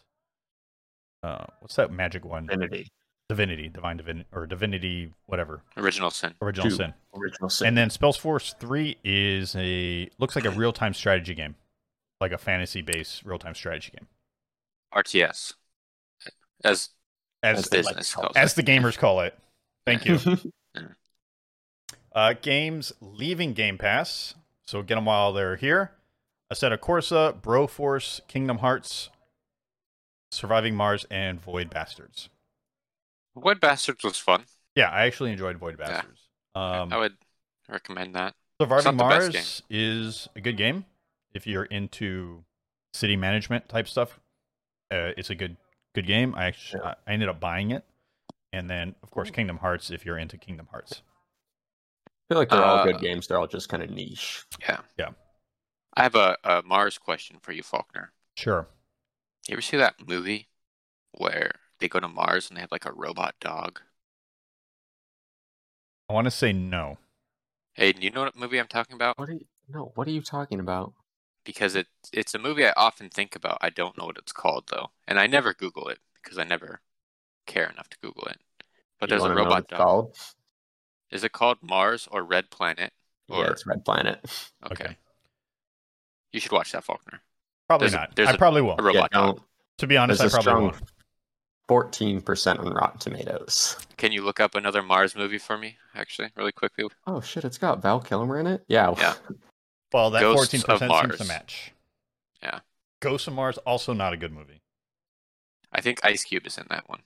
S2: uh, what's that magic one?
S3: Infinity.
S2: divinity, divine divinity, or divinity, whatever,
S1: Original Sin.
S2: original
S3: Two.
S2: sin.
S3: Original Sin.
S2: And then Spells Force Three is a looks like a real time strategy game, like a fantasy based real time strategy game,
S1: RTS. As
S2: as
S3: As
S2: as,
S3: they-
S1: business calls it.
S2: the gamers call it. Thank you.
S1: Yeah.
S2: uh, games leaving Game Pass, so get them while they're here. A set of Corsa, Broforce, Kingdom Hearts, Surviving Mars, and Void Bastards.
S1: Void Bastards was fun.
S2: Yeah, I actually enjoyed Void Bastards. Um,
S1: I would recommend that.
S2: Surviving
S1: It's not the best
S2: Mars is a good game if you're into city management type stuff. Uh, it's a good good game. I actually I I ended up buying it, and then of
S3: Hmm.
S2: course Kingdom Hearts if you're into Kingdom Hearts.
S3: I feel like they're all
S1: Uh,
S3: good games. They're all just kind of niche.
S1: I have a, a Mars question for you, Faulkner.
S2: Sure.
S1: You ever see that movie where they go to Mars and they have like a robot dog?
S2: I want to say no.
S1: Aiden, you know what movie I'm talking about?
S3: What are you? No. What are you talking about?
S1: Because it it's a movie I often think about. I don't know what it's called though, and I never Google it because I never care enough to Google it. But
S3: You
S1: there's a
S3: wanna know what
S1: robot
S3: it's
S1: dog.
S3: called?
S1: Is it called Mars or Red Planet?
S3: Yeah,
S1: Or
S3: it's Red Planet.
S1: okay.
S2: Okay.
S1: You should watch that Faulkner.
S2: Probably
S1: There's a-
S2: not.
S1: there's
S2: I
S1: a-
S2: probably won't.
S1: A
S3: Yeah,
S1: robot. dog.
S3: don't.
S2: to be honest, I
S3: There's a
S2: probably
S3: strong
S2: won't.
S3: 14% on Rotten Tomatoes.
S1: Can you look up another Mars movie for me, actually, really quickly?
S3: Oh shit, it's got Val Kilmer in it? Yeah.
S1: Yeah.
S2: Well, that
S1: Ghosts
S2: fourteen
S1: of
S2: percent seems to
S1: Mars.
S2: match.
S1: Yeah.
S2: Ghosts of Mars also not a good movie.
S1: I think Ice Cube is in that one.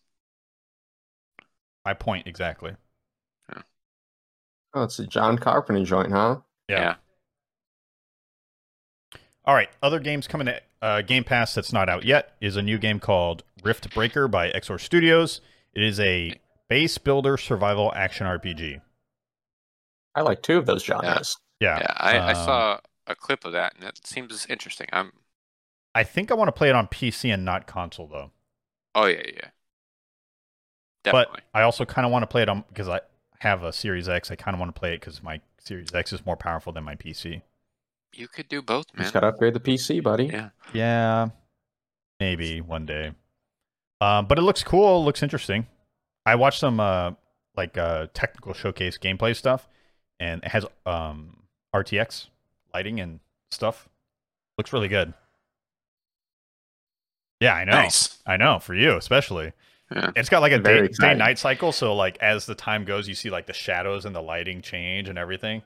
S2: My point exactly.
S3: Oh, it's a John Carpenter joint, huh?
S2: Yeah.
S1: Yeah.
S2: All right, other games coming to uh, Game Pass that's not out yet is a new game called Rift Breaker by Exor Studios. It is a base builder survival action RPG.
S3: I like two of those genres.
S2: Yeah,
S1: Yeah, I, I
S2: um,
S1: saw a clip of that, and it seems interesting. I'm.
S2: I think I want to play it on PC and not console though.
S1: Oh yeah, yeah.
S2: But
S1: Definitely.
S2: I also kind of want to play it on because I have a Series X. I kind of want to play it because my Series X is more powerful than my PC.
S1: you could do both,
S3: You
S1: man.
S3: just gotta upgrade the PC, buddy.
S1: Yeah.
S2: Yeah, maybe one day. Um, but it looks cool. Looks interesting. I watched some uh, like uh, technical showcase gameplay stuff, and it has um, RTX lighting and stuff. Looks really good. Yeah, I know.
S1: Nice.
S2: I know for you especially.
S1: Yeah.
S2: It's got like a
S3: Very
S2: day, day
S3: exciting.
S2: night cycle, so like as the time goes, you see like the shadows and the lighting change and everything.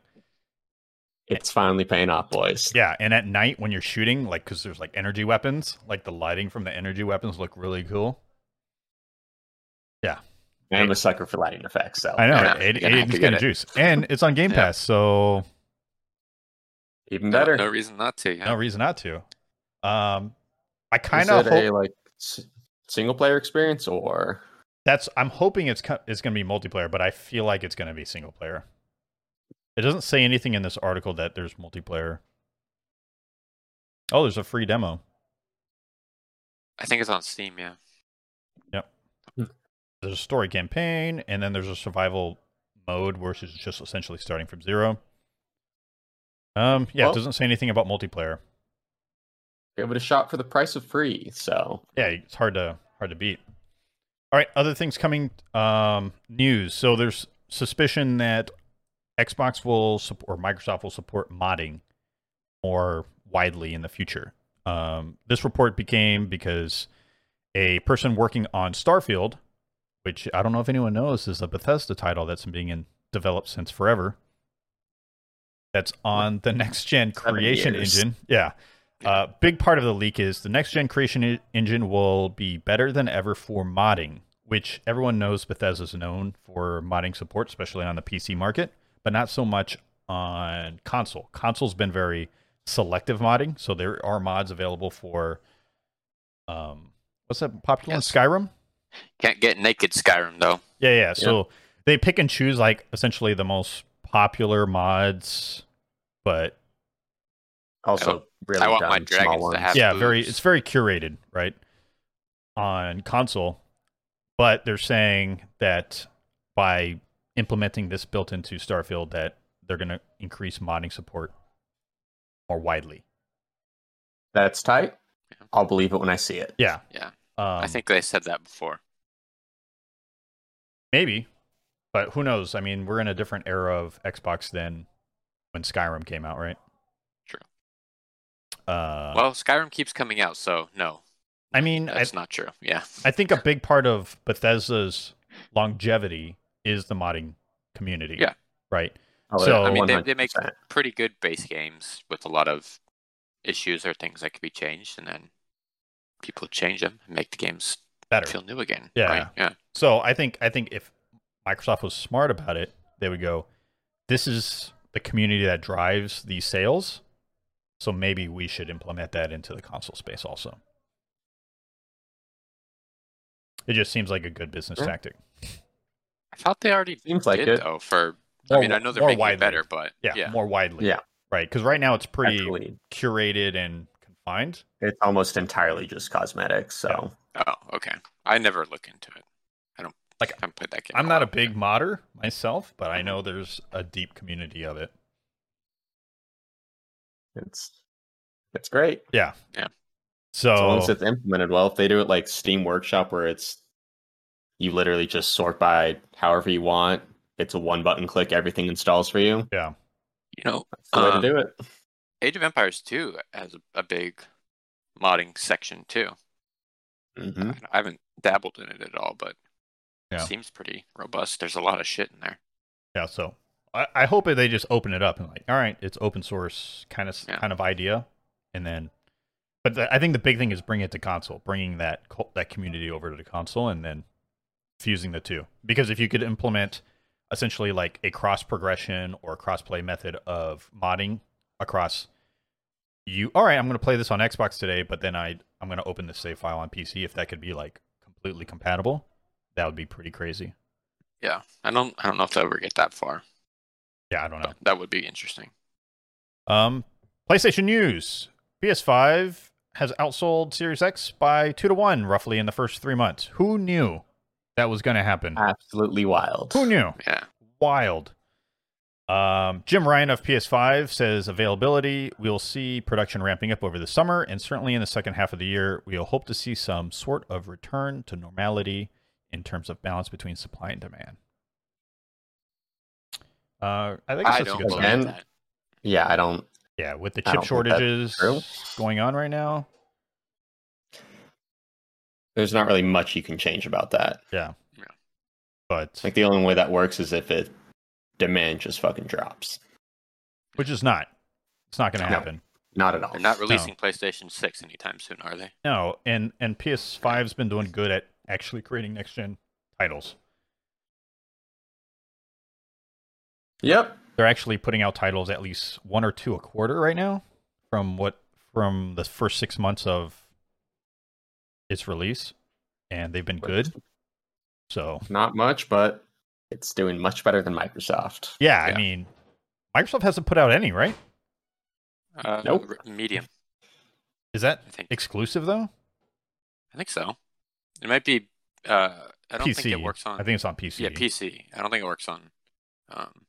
S3: It's finally paying off, boys.
S2: Yeah, and at night when you're shooting, like because there's like energy weapons, like the lighting from the energy weapons look really cool.
S3: I'm a sucker for lighting effects, so
S2: I know
S1: Yeah,
S2: it,
S1: you're
S2: it,
S1: gonna have
S2: it's
S1: to
S2: gonna
S1: get
S2: juice, and it's on Game
S1: Yeah.
S2: Pass, so
S3: even
S1: No,
S3: better.
S1: no reason not to.
S2: no
S1: Yeah.
S2: reason not to. Um, I
S3: Is
S2: kind
S3: it
S2: of
S3: a
S2: hope
S3: like s- single player experience or
S2: that's. I'm hoping it's co- it's gonna be multiplayer, but I feel like it's gonna be single player. It doesn't say anything in this article that there's multiplayer. Oh, there's a free demo.
S1: I think it's on Steam. Yeah.
S2: there's a story campaign, and then there's a survival mode where it's just essentially starting from zero. Um, yeah,
S3: Well-
S2: it doesn't say anything about multiplayer.
S3: give it a shot for the price of free? So
S2: Yeah, it's hard to hard to beat. All right, other things coming. Um, news. So there's suspicion that Xbox will support or Microsoft will support modding more widely in the future. Um, this report became because a person working on Starfield, which I don't know if anyone knows, is a Bethesda title that's been being in, developed since forever. That's on the next gen
S3: Seven
S2: creation
S3: years.
S2: engine. Yeah. Uh, big part of the leak is the next gen creation e- engine will be better than ever for modding, which everyone knows Bethesda's known for modding support, especially on the PC market, but not so much on console. Console's been very selective modding, so there are mods available for um what's that popular
S1: Yes.
S2: in Skyrim?
S1: Can't get naked Skyrim though.
S2: Yeah, yeah. So they pick and choose like essentially the most popular mods, but
S3: also really
S1: I want
S3: dumb,
S1: my
S3: small
S1: dragons
S3: ones.
S1: to have-
S2: yeah, very
S1: boobs.
S2: it's very curated, right? On console. But they're saying that by implementing this built into Starfield that they're gonna increase modding support more widely.
S3: That's tight.
S1: Yeah.
S3: I'll believe it when I see it.
S2: Yeah.
S1: Yeah.
S2: Um,
S1: I think they said that before.
S2: Maybe, but who knows? I mean, we're in a different era of Xbox than when Skyrim came out, right?
S1: True.
S2: Uh,
S1: well, Skyrim keeps coming out, so no,
S2: I mean, I,
S1: that's not true. Yeah.
S2: I think a big part of Bethesda's longevity is the modding community.
S1: Yeah.
S2: Right.
S3: Oh,
S2: So-
S1: I mean, they, they make
S3: 100%.
S1: pretty good base games with a lot of issues or things that could be changed, and then people change them and make the games
S2: Better.
S1: feel new again.
S2: Yeah.
S1: Right? Yeah.
S2: So I think I think if Microsoft was smart about it, they would go, "This is the community that drives these sales." So maybe we should implement that into the console space also. It just seems like a good business
S3: Yeah.
S2: tactic.
S1: I thought they already
S3: Seems like
S1: did
S3: it.
S1: though. For I
S2: More-
S1: mean, I know they're
S2: more
S1: making
S2: widely.
S1: it better, but
S2: Yeah,
S1: yeah.
S2: more widely.
S3: Yeah.
S2: right. Because right now it's pretty
S3: Actually,
S2: curated and confined.
S3: it's almost entirely just cosmetics. So
S1: Oh, okay. I never look into it. I don't
S2: Like,
S1: like. I haven't played that game.
S2: I'm not a
S1: lot.
S2: big modder myself, but I know there's a deep community of it.
S3: it's it's great.
S2: So
S3: As long as it's implemented well, if they do it like Steam Workshop, where it's you literally just sort by however you want, it's a one button click, everything installs for you.
S1: You know,
S3: That's the way
S1: Um,
S3: to do it.
S1: Age of Empires 2 has a, a big modding section too.
S3: Mm-hmm.
S1: I haven't dabbled in it at all, but
S2: Yeah.
S1: it seems pretty robust. There's a lot of shit in there.
S2: Yeah, so I, I hope they just open it up and like, all right, it's open source kind of
S1: Yeah.
S2: kind of idea, and then, but the, I think the big thing is bringing it to console, bringing that co- that community over to the console, and then fusing the two. Because if you could implement essentially like a cross progression or cross play method of modding across, you all right, I'm going to play this on Xbox today, but then I I'm going to open this save file on PC. If that could be like completely compatible, that would be pretty crazy.
S1: Yeah. I don't I don't know if they'll ever get that far,
S2: Yeah, I don't know.
S1: but that would be interesting.
S2: Um, PlayStation News: PS5 has outsold Series X by two to one, roughly in the first three months. Who knew that was going to happen?
S3: Absolutely wild.
S2: Who knew?
S1: Yeah.
S2: Wild. Um, Jim Ryan of PS5 says availability. We'll see production ramping up over the summer, and certainly in the second half of the year, we'll hope to see some sort of return to normality in terms of balance between supply and demand. Uh, I think it's
S1: I
S2: just a
S1: don't
S2: good
S1: believe
S2: sign.
S3: And-
S1: that.
S3: Yeah, I don't.
S2: Yeah, with the
S3: I
S2: chip
S3: don't think that's
S2: shortages
S3: true.
S2: going on right now.
S3: There's not really much you can change about that.
S2: But
S3: Like the only way that works is if it demand just fucking drops.
S2: which is not. It's not going to
S3: No.
S2: happen.
S3: Not at all.
S1: They're not releasing PlayStation 6 anytime soon, are they?
S2: No, and and PS5's been doing good at actually creating next gen titles.
S3: Yep.
S2: They're actually putting out titles at least one or two a quarter right now from what from the first 6 months of its release and they've been good. So,
S3: Not much, but it's doing much better than Microsoft.
S2: yeah,
S1: Yeah.
S2: I mean Microsoft hasn't put out any, right?
S1: Uh,
S3: Nope.
S1: r- Medium,
S2: Is that
S1: I think.
S2: exclusive though?
S1: I think so. It might be. Uh, I don't
S2: PC.
S1: think it works on.
S2: I think it's on PC.
S1: yeah, PC. I don't think it works on um,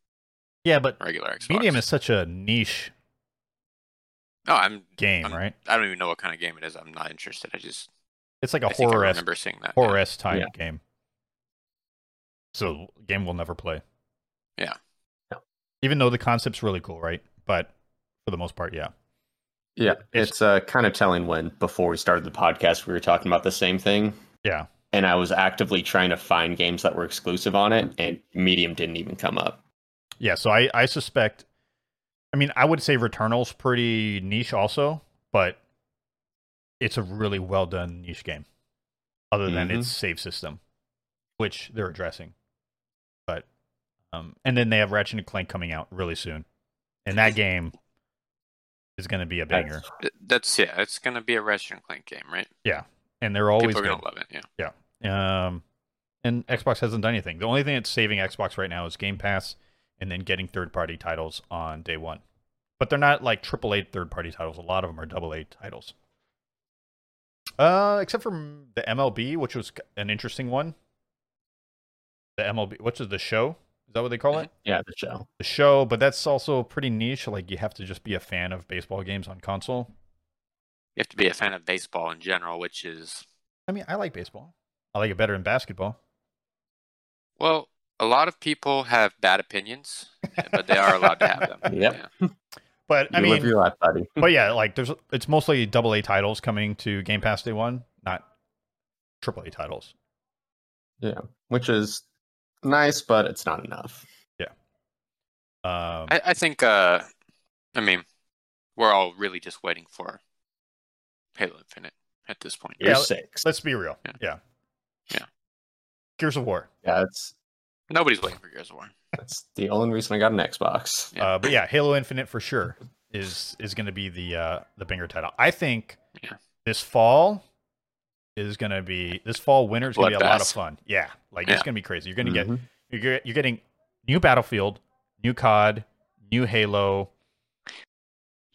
S2: Yeah, but
S1: regular Xbox.
S2: Medium is such a niche
S1: No, I'm.
S2: game,
S1: I'm-
S2: right?
S1: I don't even know what kind of game it is. I'm not interested. I just.
S2: It's like a
S1: I think I
S2: horror esque
S1: remember seeing that.
S2: horror S type
S3: Yeah.
S2: game. So game we'll never play.
S1: Yeah.
S3: No.
S2: Even though the concept's really cool, right? But for the most part, yeah.
S3: Yeah,
S2: It's-
S3: it's uh, kind of telling when before we started the podcast, we were talking about the same thing.
S2: Yeah.
S3: And I was actively trying to find games that were exclusive on it, and Medium didn't even come up.
S2: Yeah, so I, I suspect I mean, I would say Returnal's pretty niche also, but it's a really well done niche game. Other than
S1: Mm-hmm.
S3: Mhm.
S2: its save system, which they're addressing. But um and then they have Ratchet and Clank coming out really soon. And that game is gonna be a banger.
S3: That's-
S1: Yeah. Th- That's yeah. It's gonna be a Ratchet and Clank game, right?
S2: and they're always
S1: People are
S2: good.
S1: gonna love it. Yeah.
S2: Um, and Xbox hasn't done anything. The only thing that's saving Xbox right now is Game Pass, and then getting third-party titles on day one. But they're not like AAA third-party titles. A lot of them are AA titles. Uh, except for m- the MLB, which was c- an interesting one. The MLB, which is the show? Is that what they call it?
S3: Yeah, the show.
S2: the show, but that's also pretty niche. Like you have to just be a fan of baseball games on console.
S1: You have to be a fan of baseball in general, which is
S2: I mean, I like baseball. I like it better than basketball.
S1: well, a lot of people have bad opinions, but they are allowed to have them.
S3: Yep.
S1: Yeah.
S2: But
S3: You
S2: I mean,
S3: live your life, buddy.
S2: but yeah, like there's it's mostly double A titles coming to Game Pass day one, not triple A titles.
S3: Which is nice, but it's not enough.
S2: Um,
S1: I, I think, uh, I mean, we're all really just waiting for Halo Infinite at this point.
S3: You're
S2: Yeah.
S3: six.
S2: let's be real.
S1: Yeah.
S2: Yeah.
S1: Yeah.
S2: Gears of War.
S3: Yeah, that's
S1: Nobody's waiting for Gears of War.
S3: that's the only reason I got an Xbox.
S1: Yeah.
S2: Uh, but yeah, Halo Infinite for sure is is going to be the uh, the banger title. I think
S1: Yeah.
S2: this fall is going to be this fall winter is going to be a lot of
S1: Bloodbath.
S2: fun. Yeah, like it's
S1: Yeah. Mm-hmm.
S2: going to be crazy. You're going to get
S3: Mhm.
S2: you're, get- you're getting new Battlefield, new COD, new Halo.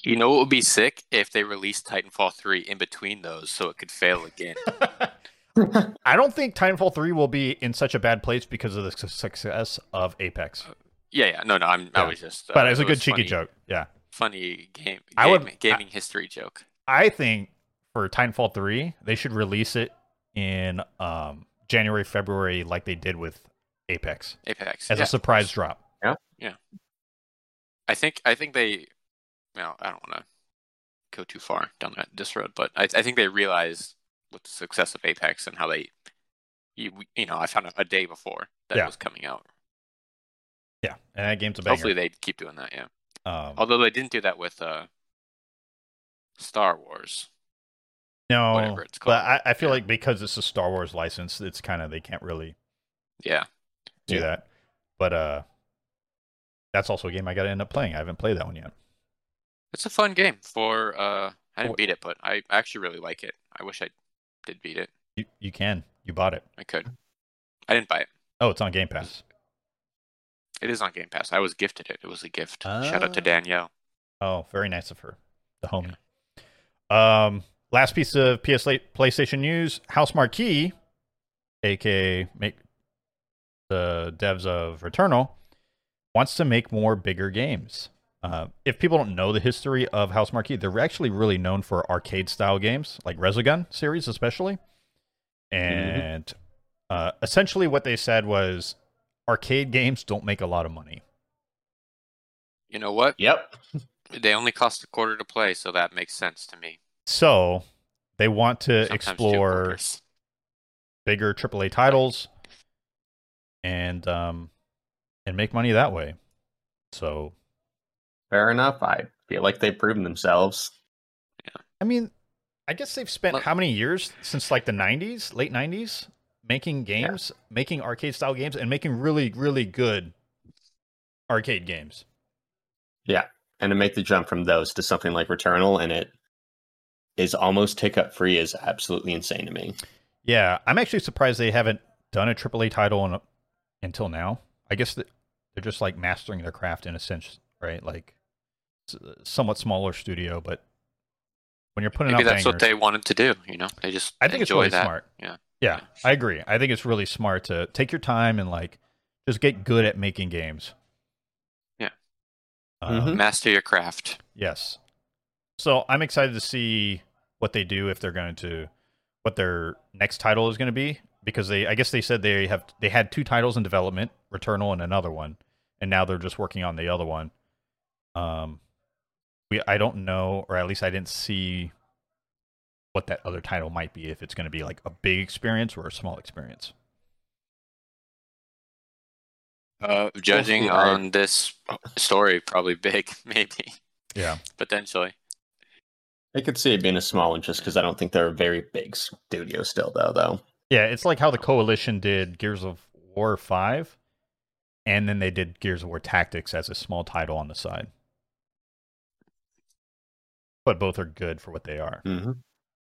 S1: You know what would be sick if they released Titanfall 3 in between those so it could fail again.
S2: I don't think Titanfall 3 will be in such a bad place because of the su- success of Apex.
S1: yeah, yeah. No, no, I'm, I
S2: Yeah.
S1: Uh, was just. uh,
S2: But it was a
S1: it
S2: good cheeky
S1: funny-
S2: joke. Yeah.
S1: Funny game,
S2: I would-
S1: game- gaming history joke.
S2: I think for Titanfall 3, they should release it in um, January, February, like they did with Apex
S1: Apex.
S2: as
S1: yeah.
S2: a surprise drop.
S1: I think I think they know, I don't want to go too far down that this road, but I, I think they realized with the success of Apex and how they, you, you know, I found out a day before that it
S2: Yeah.
S1: was coming out.
S2: Yeah, and that game's a banger.
S1: Hopefully they keep doing that, yeah.
S2: um,
S1: Although they didn't do that with uh, Star Wars.
S2: no,
S1: whatever it's
S2: but
S1: called,
S2: I, I feel
S1: yeah.
S2: like because it's a Star Wars license, it's kind of they can't really
S1: Yeah,
S2: do
S3: Yeah.
S2: that. But uh, that's also a game I got to end up playing. I haven't played that one yet.
S1: it's a fun game for. Uh, I
S2: Wh-
S1: didn't beat it, but I actually really like it. I wish I did beat it.
S2: You you can you bought it.
S1: I could. I didn't buy it.
S2: Oh, it's on Game Pass.
S1: It is on Game Pass. I was gifted it. It was a gift. Shout out to
S2: Ah.
S1: Danielle.
S2: Oh, very nice of her, the homie. Um, last piece of PS PlayStation news: House Marquee, aka make the devs of Returnal, wants to make more bigger games. Uh, if people don't know the history of House Marquee, they're actually really known for arcade style games like Resogun series, especially. And uh, essentially, what they said was arcade games don't make a lot of money.
S1: You know what?
S3: Yep.
S1: They only cost a quarter to play, so that makes sense to me.
S2: So they want to
S1: Sometimes two
S2: explore
S1: quarters.
S2: bigger AAA titles and um and make money that way. So
S3: Fair enough. I feel like they've proven themselves.
S2: I mean, I guess they've spent
S1: Look-
S2: how many years since like the 90s, late 90s, making games, making arcade style games and making really really good arcade games.
S3: And to make the jump from those to something like Returnal and it is almost tick up free is absolutely insane to me.
S2: Yeah, I'm actually surprised they haven't done a AAA title in, until now. I guess that they're just like mastering their craft in a sense, right? Like s- somewhat smaller studio, but when you're putting
S1: Maybe
S2: out
S1: that's what
S2: bangers-
S1: they wanted to do. You know, they just
S2: I think it's
S1: enjoy
S2: really
S1: that.
S2: smart.
S1: Yeah.
S2: Yeah, I agree. I think it's really smart to take your time and like just get good at making games.
S1: Yeah.
S2: Um,
S3: Mhm.
S1: Master your craft.
S2: Yes. So I'm excited to see what they do if they're going to what their next title is going to be because they I guess they said they have they had two titles in development, Returnal and another one, and now they're just working on the other one. Um we I don't know or at least I didn't see what that other title might be if it's going to be like a big experience or a small experience.
S1: Uh, judging
S3: right.
S1: on this story, probably big, maybe
S2: Yeah.
S1: potentially.
S3: I could see it being a small one just because I don't think they're a very big studio still though though.
S2: Yeah, it's like how the Coalition did Gears of War 5 and then they did Gears of War Tactics as a small title on the side. But both are good for what they are.
S3: Mm-hmm.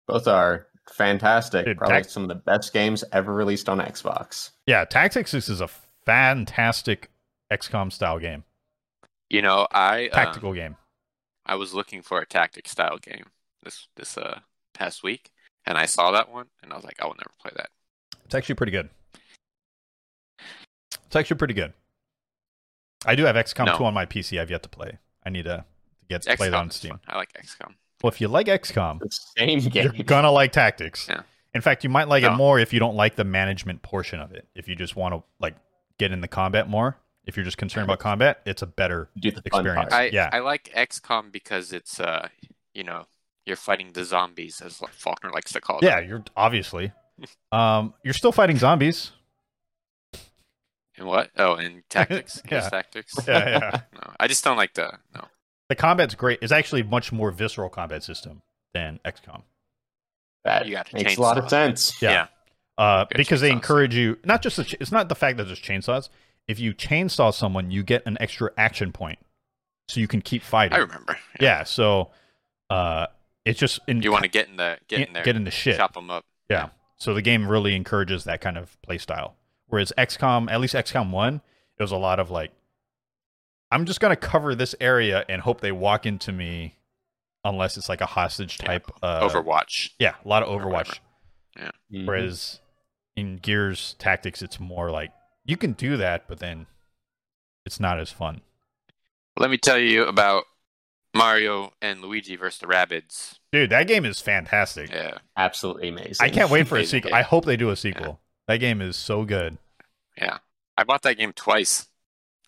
S3: Both are fantastic.
S2: Dude,
S3: Probably
S2: Tac-
S3: some of the best games ever released on Xbox.
S2: Yeah, Tactics is is a fantastic XCOM style game,
S1: You know, I um,
S2: tactical game.
S1: I was looking for a tactic style game this this uh past week, and I saw that one, and I was like, I will never play that.
S2: It's actually pretty good. It's actually pretty good. I do have XCOM
S1: No.
S2: 2 on my PC. I've yet to play. I need to get to
S1: XCOM
S2: play that on
S1: is
S2: Steam.
S1: fun. I like XCOM.
S2: Well, if you like XCOM,
S3: The same game.
S2: You're gonna like tactics.
S1: Yeah.
S2: In fact, you might like it
S1: No.
S2: more if you don't like the management portion of it. If you just want to like get in the combat more, if you're just concerned about combat, it's a better.
S3: Do the fun
S2: Experience.
S3: part.
S1: I
S2: Yeah.
S1: I like XCOM because it's uh you know you're fighting the zombies as Faulkner likes to call them.
S2: Yeah, you're obviously. Um, you're still fighting zombies.
S1: And what? Oh, and tactics.
S2: Yeah.
S1: Yes, tactics.
S2: Yeah, yeah.
S1: No, I just don't like the no.
S2: the combat's great. It's actually a much more visceral combat system than XCOM.
S3: That
S1: You gotta
S3: makes
S1: change
S3: a lot of
S1: stuff.
S3: sense.
S2: Yeah. Uh,
S1: Good
S2: because they
S1: chainsaws.
S2: encourage you not just the ch- it's not the fact that there's chainsaws. If you chainsaw someone, you get an extra action point, so you can keep fighting.
S1: I remember.
S2: yeah. So, uh, it's just in
S1: You want to get in the get in there,
S2: get in the shit.
S1: chop them up.
S2: So the game really encourages that kind of play style. Whereas XCOM, at least XCOM 1, it was a lot of like, I'm just going to cover this area and hope they walk into me unless it's like a hostage
S1: Yeah.
S2: type. Uh,
S1: Overwatch.
S2: Yeah, a lot of
S1: Or whatever. Mm-hmm.
S2: Overwatch. Mm-hmm.
S3: Mhm.
S2: Whereas in Gears Tactics, it's more like, you can do that, but then it's not as fun.
S1: Let me tell you about Mario and Luigi versus the Rabbids.
S2: Dude, that game is fantastic.
S1: Yeah,
S3: Absolutely amazing.
S2: I can't wait for a
S1: Amazing
S2: sequel.
S1: game.
S2: I hope they do a sequel. That game is so good.
S1: yeah. I bought that game twice.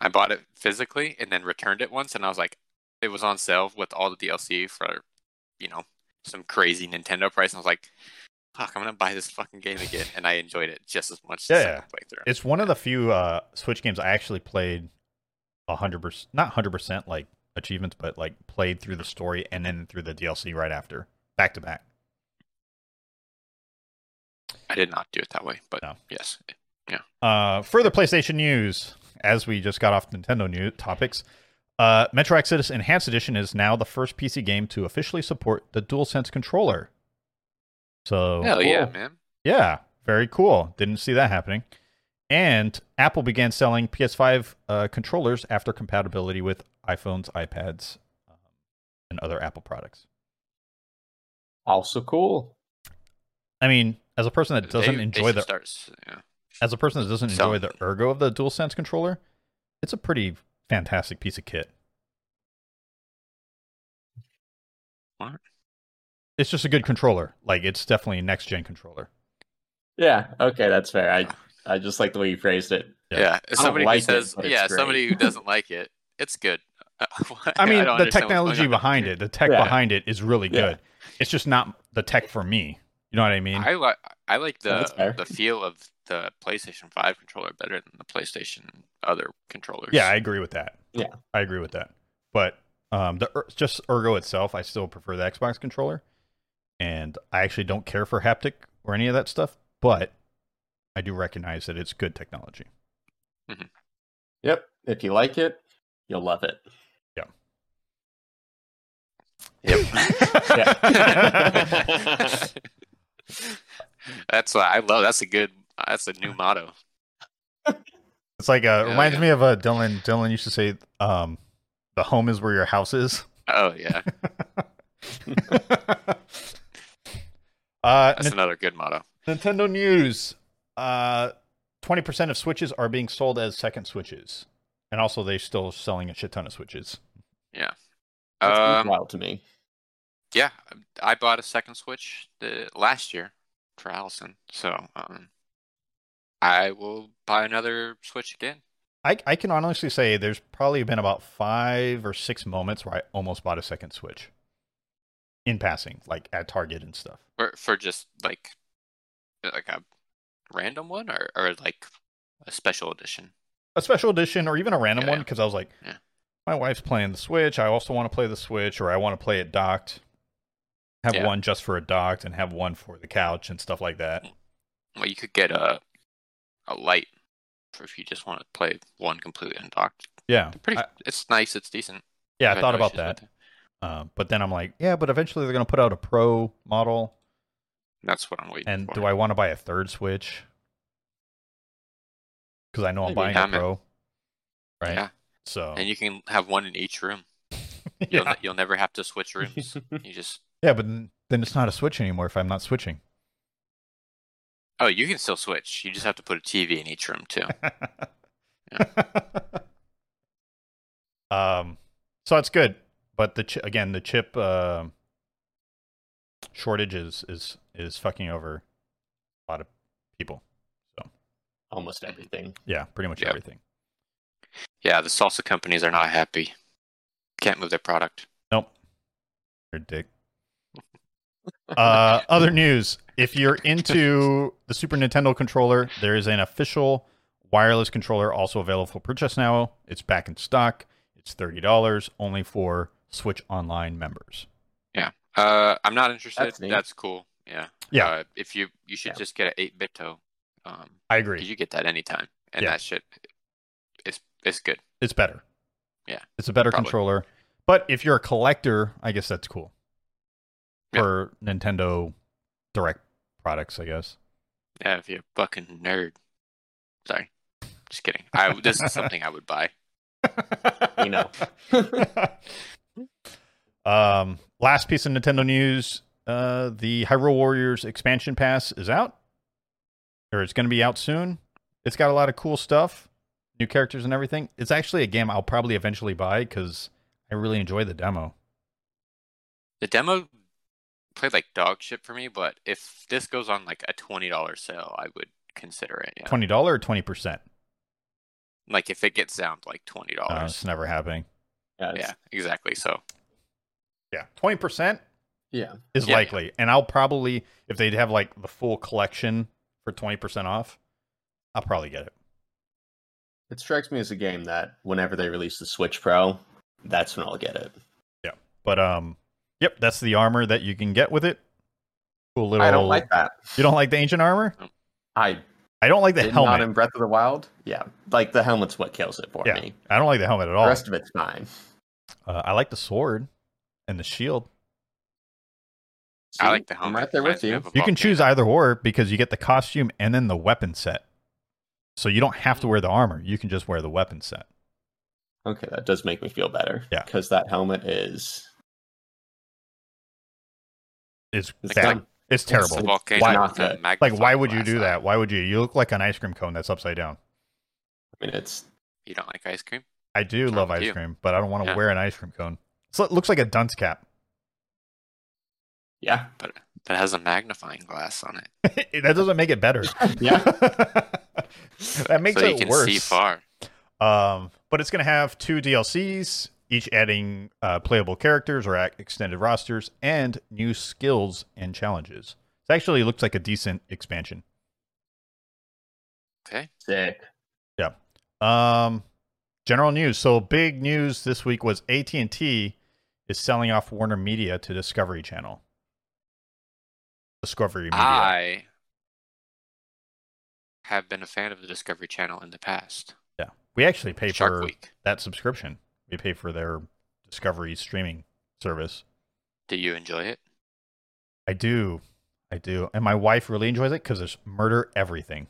S1: I bought it physically and then returned it once, and I was like, it was on sale with all the DLC for, you know, some crazy Nintendo price. And I was like, fuck, I'm going to buy this fucking game again. And I enjoyed it just as much
S2: Yeah,
S1: as
S2: yeah.
S1: the second playthrough.
S2: It's one of the few uh, Switch games I actually played hundred percent, not hundred percent like achievements, but like played through the story and then through the DLC right after, back to back.
S1: I did not do it that way, but
S2: No.
S1: yes.
S2: Uh, further PlayStation news, as we just got off Nintendo news topics, uh, Metro Exodus Enhanced Edition is now the first PC game to officially support the DualSense controller. So
S1: Hell yeah,
S3: cool.
S1: man.
S2: yeah, very cool. Didn't see that happening. And Apple began selling PS5 uh, controllers after compatibility with iPhones, iPads, um, and other Apple products.
S3: Also cool.
S2: I mean, as a person that doesn't
S1: They- they
S2: enjoy
S1: should
S2: the
S1: Start, s- yeah.
S2: as a person that doesn't
S1: Sell
S2: enjoy the
S1: them.
S2: ergo of the DualSense controller, it's a pretty fantastic piece of kit.
S1: What?
S2: It's just a good controller. Like it's definitely a next gen controller.
S3: Yeah. Okay, that's fair. I I just like the way you phrased it.
S2: Yeah.
S1: Yeah.
S3: I
S1: If
S3: don't
S1: somebody
S3: like it,
S1: who says,
S3: but it's
S1: yeah,
S3: great.
S1: somebody who doesn't like it, it's good. I,
S2: I mean,
S1: don't understand
S2: the
S1: what's going
S2: technology
S1: on.
S2: behind it, the tech
S3: Yeah.
S2: behind it is really
S3: Yeah.
S2: good. It's just not the tech for me. You know what I mean?
S1: I like I like
S3: Yeah, Oh, that's fair.
S1: the the feel of the PlayStation Five controller better than the PlayStation other controllers.
S2: yeah, I agree with that.
S3: Yeah.
S2: I agree with that. But um, the er- just ergo itself, I still prefer the Xbox controller, and I actually don't care for haptic or any of that stuff. But I do recognize that it's good technology.
S3: Yep. If you like it, you'll love it.
S1: Yep. that's what I love. That's a good. That's a new motto.
S2: It's like uh,
S1: Yeah,
S2: reminds
S1: yeah.
S2: me of uh, Dylan. Dylan used to say, um, "The home is where your house is."
S1: Oh yeah,
S2: uh,
S1: that's another good motto.
S2: Nintendo news. Uh, 20% of Switches are being sold as second Switches. And also, they're still selling a shit ton of Switches.
S3: That's
S1: Um,
S3: wild to me.
S1: yeah, I bought a second Switch the, last year for Allison, so um, I will buy another Switch again.
S2: I, I can honestly say there's probably been about five or six moments where I almost bought a second Switch in passing, like at Target and stuff.
S1: For for just like like a random one or, or like a special edition.
S2: A special edition or even a random
S1: Yeah,
S2: one
S1: yeah.
S2: because I was like,
S1: Yeah.
S2: my wife's playing the Switch. I also want to play the Switch or I want to play it docked. Have
S1: Yeah.
S2: one just for a docked and have one for the couch and stuff like that.
S1: Well, you could get a a light for if you just want to play one completely undocked.
S2: Yeah.
S1: They're Pretty,
S2: I-
S1: it's nice. It's decent.
S2: yeah,
S1: I've
S2: I
S1: had
S2: thought
S1: no
S2: about
S1: issues
S2: that.
S1: with it.
S2: Um, but then I'm like, yeah, but eventually they're going to put out a pro model,
S1: That's what I'm waiting
S2: and
S1: for.
S2: do I want to buy a third Switch? Because I know I'm
S3: Maybe.
S2: buying
S1: Yeah,
S2: a
S1: man.
S2: pro, right?
S1: Yeah.
S2: So
S1: And you can have one in each room. You'll
S2: yeah.
S1: you'll never have to switch rooms. you just
S2: yeah, but then then it's not a Switch anymore if I'm not switching.
S1: oh, you can still switch. You just have to put a TV in each room too.
S2: um, so it's good, but the chi- again the chip uh, shortage is is is fucking over a lot of people.
S3: Almost everything.
S2: Yeah, pretty much
S1: Yeah.
S2: everything.
S1: Yeah, the salsa companies are not happy. Can't move their product.
S2: Nope. Your dick. Uh, other news. If you're into the Super Nintendo controller, there is an official wireless controller also available for purchase now. It's back in stock. It's $30 only for Switch Online members.
S1: Uh, I'm not interested.
S3: That's
S1: That's,
S3: neat.
S1: cool. Yeah.
S2: Yeah.
S1: Uh, if you you should
S3: Yeah.
S1: just get an eight bit toe. Um,
S2: I
S1: 'cause
S2: agree.
S1: you get that anytime, and
S2: Yeah.
S1: that shit, it's it's good.
S2: It's better.
S1: Yeah,
S2: It's a better
S1: probably.
S2: controller. But if you're a collector, I guess that's cool.
S1: Yeah.
S2: For Nintendo direct products, I guess.
S1: Yeah, if you're a fucking nerd. Sorry, just kidding. I this is something I would buy.
S3: You know.
S2: um, last piece of Nintendo news: uh, the Hyrule Warriors expansion pass is out, or it's going to be out soon. It's got a lot of cool stuff, new characters and everything. It's actually a game I'll probably eventually buy because I really enjoy the demo.
S1: The demo played like dog shit for me, but if this goes on like a twenty dollar sale, I would consider it. Yeah.
S2: Twenty dollar or twenty percent?
S1: Like if it gets down to like twenty
S2: Uh,
S1: dollars.
S2: it's never happening.
S3: Yeah, it's-
S1: Yeah, exactly. So
S2: Yeah, twenty percent
S3: yeah.
S2: is
S1: Yeah.
S2: likely, and I'll probably if they'd have like the full collection for twenty percent off, I'll probably get it.
S3: It strikes me as a game that whenever they release the Switch Pro, that's when I'll get it.
S2: But um, yep, that's the armor that you can get with it. Cool little.
S3: I don't like that.
S2: You don't like the ancient armor?
S3: I
S2: I don't like the
S3: did
S2: helmet.
S3: not in Breath of the Wild. Yeah, like the helmet's what kills it for
S2: Yeah, Oh.
S3: me.
S2: I don't like the helmet at
S3: The
S2: all.
S3: rest of it's fine.
S2: Uh, I like the sword and the shield.
S1: I
S3: See?
S1: like the helmet.
S3: I'm right there with
S1: Reminds me
S3: you.
S1: of a
S2: You can
S1: volcano.
S2: choose either or because you get the costume and then the weapon set. So you don't have to wear the armor. You can just wear the weapon set.
S3: Okay, that does make me feel better.
S2: Yeah.
S3: because that helmet is
S2: It's
S3: It's
S2: bad.
S3: like-
S1: It's
S2: it's terrible.
S1: the
S3: Why-
S1: volcano.
S3: not
S1: with the
S3: that?
S2: like, why
S1: magnifying
S2: would you
S1: glass
S2: do
S1: on it.
S2: that? Why would you? You look like an ice cream cone that's upside down.
S3: I mean, it's
S1: You don't like ice cream?
S2: I do
S1: What's wrong
S2: love
S1: with
S2: ice
S1: you?
S2: cream, but I don't want to
S1: Yeah.
S2: wear an ice cream cone. So it looks like a dunce cap.
S3: yeah,
S1: That has a magnifying glass on it.
S2: that doesn't make it better.
S3: yeah.
S2: that makes
S1: so
S2: it
S1: you can
S2: worse.
S1: see far.
S2: Um, but it's going to have two DLCs, each adding uh, playable characters or ac- extended rosters and new skills and challenges. It actually looks like a decent expansion.
S1: Okay.
S3: Sick.
S2: Um, general news. So big news this week was AT and T is selling off Warner Media to Discovery Channel. Discovery Media.
S1: I have been a fan of the Discovery Channel in the past.
S2: yeah, we actually pay
S1: Shark
S2: for
S1: Week.
S2: that subscription. We pay for their Discovery streaming service.
S1: Do you enjoy it?
S2: I do. I do. And my wife really enjoys it because there's murder everything.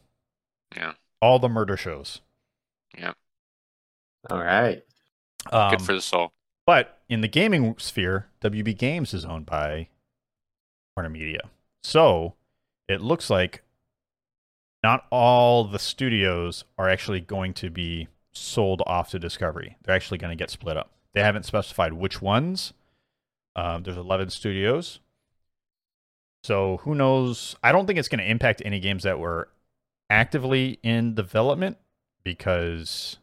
S1: Yeah.
S2: All the murder shows.
S3: All right.
S2: Um,
S1: Good for the soul.
S2: but in the gaming sphere, WB Games is owned by Warner Media. So it looks like not all the studios are actually going to be sold off to Discovery. They're actually going to get split up. They haven't specified which ones. Um, there's 11 studios. So who knows? I don't think it's going to impact any games that were actively in development because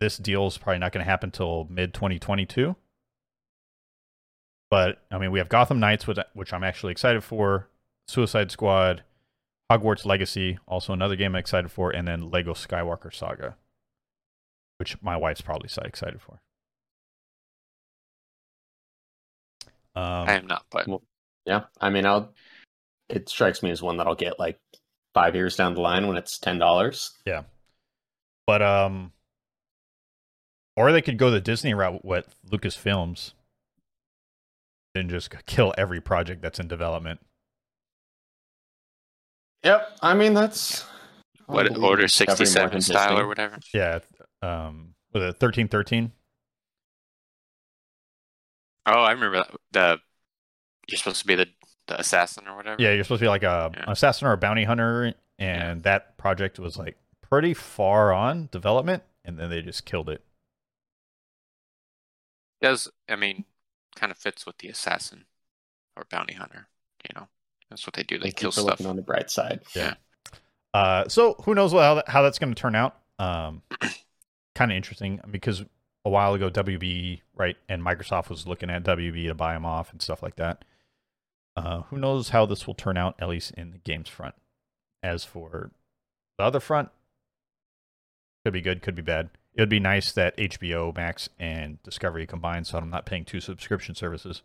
S2: this deal is probably not going to happen till mid 2022. But I mean, we have Gotham Knights, which, which I'm actually excited for, Suicide Squad, Hogwarts Legacy, also another game I'm excited for, and then Lego Skywalker Saga, which my wife's probably si- excited for. Um,
S1: I am not, but
S3: Yeah, I mean, I'll. It strikes me as one that I'll get like five years down the line when it's ten dollars.
S2: But um or they could go the Disney route with Lucasfilms and just kill every project that's in development.
S3: Yep. I mean, that's
S1: what
S3: Unbelievable.
S1: Order
S3: Discovery more
S1: 67
S3: than
S1: style
S3: Disney.
S1: or whatever?
S2: Yeah, um was it 1313?
S1: Oh, I remember that. The you're supposed to be the the assassin or whatever.
S2: Yeah, you're supposed to be like a
S1: Yeah.
S2: an assassin or a bounty hunter
S1: Yeah.
S2: and that project was like pretty far on development and then they just killed it.
S1: does I mean kind of fits with the assassin or bounty hunter. You know, that's what they do. They
S3: Thank you
S1: kill
S3: for
S1: stuff.
S3: looking on the bright side.
S2: Uh, so who knows what, how, that, how that's going to turn out? Um, kind of interesting because a while ago WB right and Microsoft was looking at WB to buy them off and stuff like that. Uh, who knows how this will turn out at least in the games front. As for the other front, could be good, could be bad. It would be nice that HBO Max and Discovery combined, so I'm not paying two subscription services.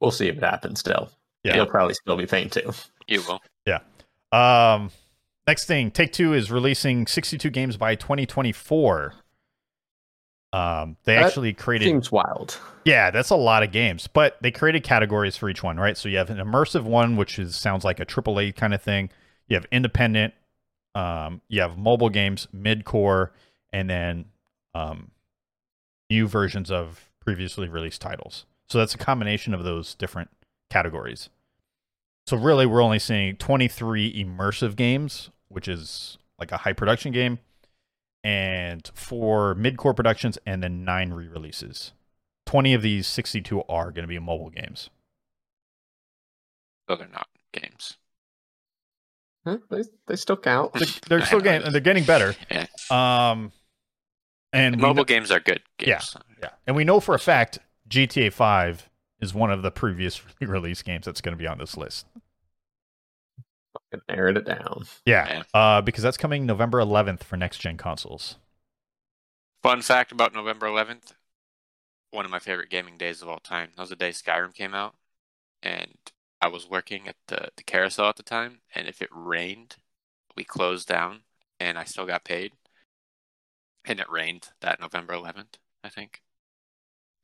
S3: We'll see if it happens. Still,
S2: Yeah.
S3: you'll probably still be paying too.
S1: You will.
S2: Um, next thing, Take Two is releasing 62 games by 2024. Um, they
S3: That
S2: actually created,
S3: Seems wild.
S2: yeah, that's a lot of games, but they created categories for each one, right? So you have an immersive one, which is sounds like a AAA kind of thing. You have independent, um, you have mobile games, mid-core, and then um, new versions of previously released titles. So that's a combination of those different categories. So really, we're only seeing 23 immersive games, which is like a high production game, and four mid-core productions, and then nine re-releases. 20 of these 62 are going to be mobile games.
S1: No, they're not games. Hmm?
S3: Huh, They, they still count.
S2: They're, they're still getting they're getting better.
S1: Yeah.
S2: Um, Uh, And we
S1: Mobile
S2: kno-
S1: games are good
S2: Yeah.
S1: games.
S2: yeah. And we know for a fact GTA 5 is one of the previous release games that's going to be on this list.
S3: Narrowed it down.
S2: Yeah. Uh, because that's coming November 11th for next gen consoles.
S1: Fun fact about November 11th, one of my favorite gaming days of all time. That was the day Skyrim came out, and I was working at the, the carousel at the time, and if it rained, we closed down, and I still got paid. And it rained that November 11th, I think.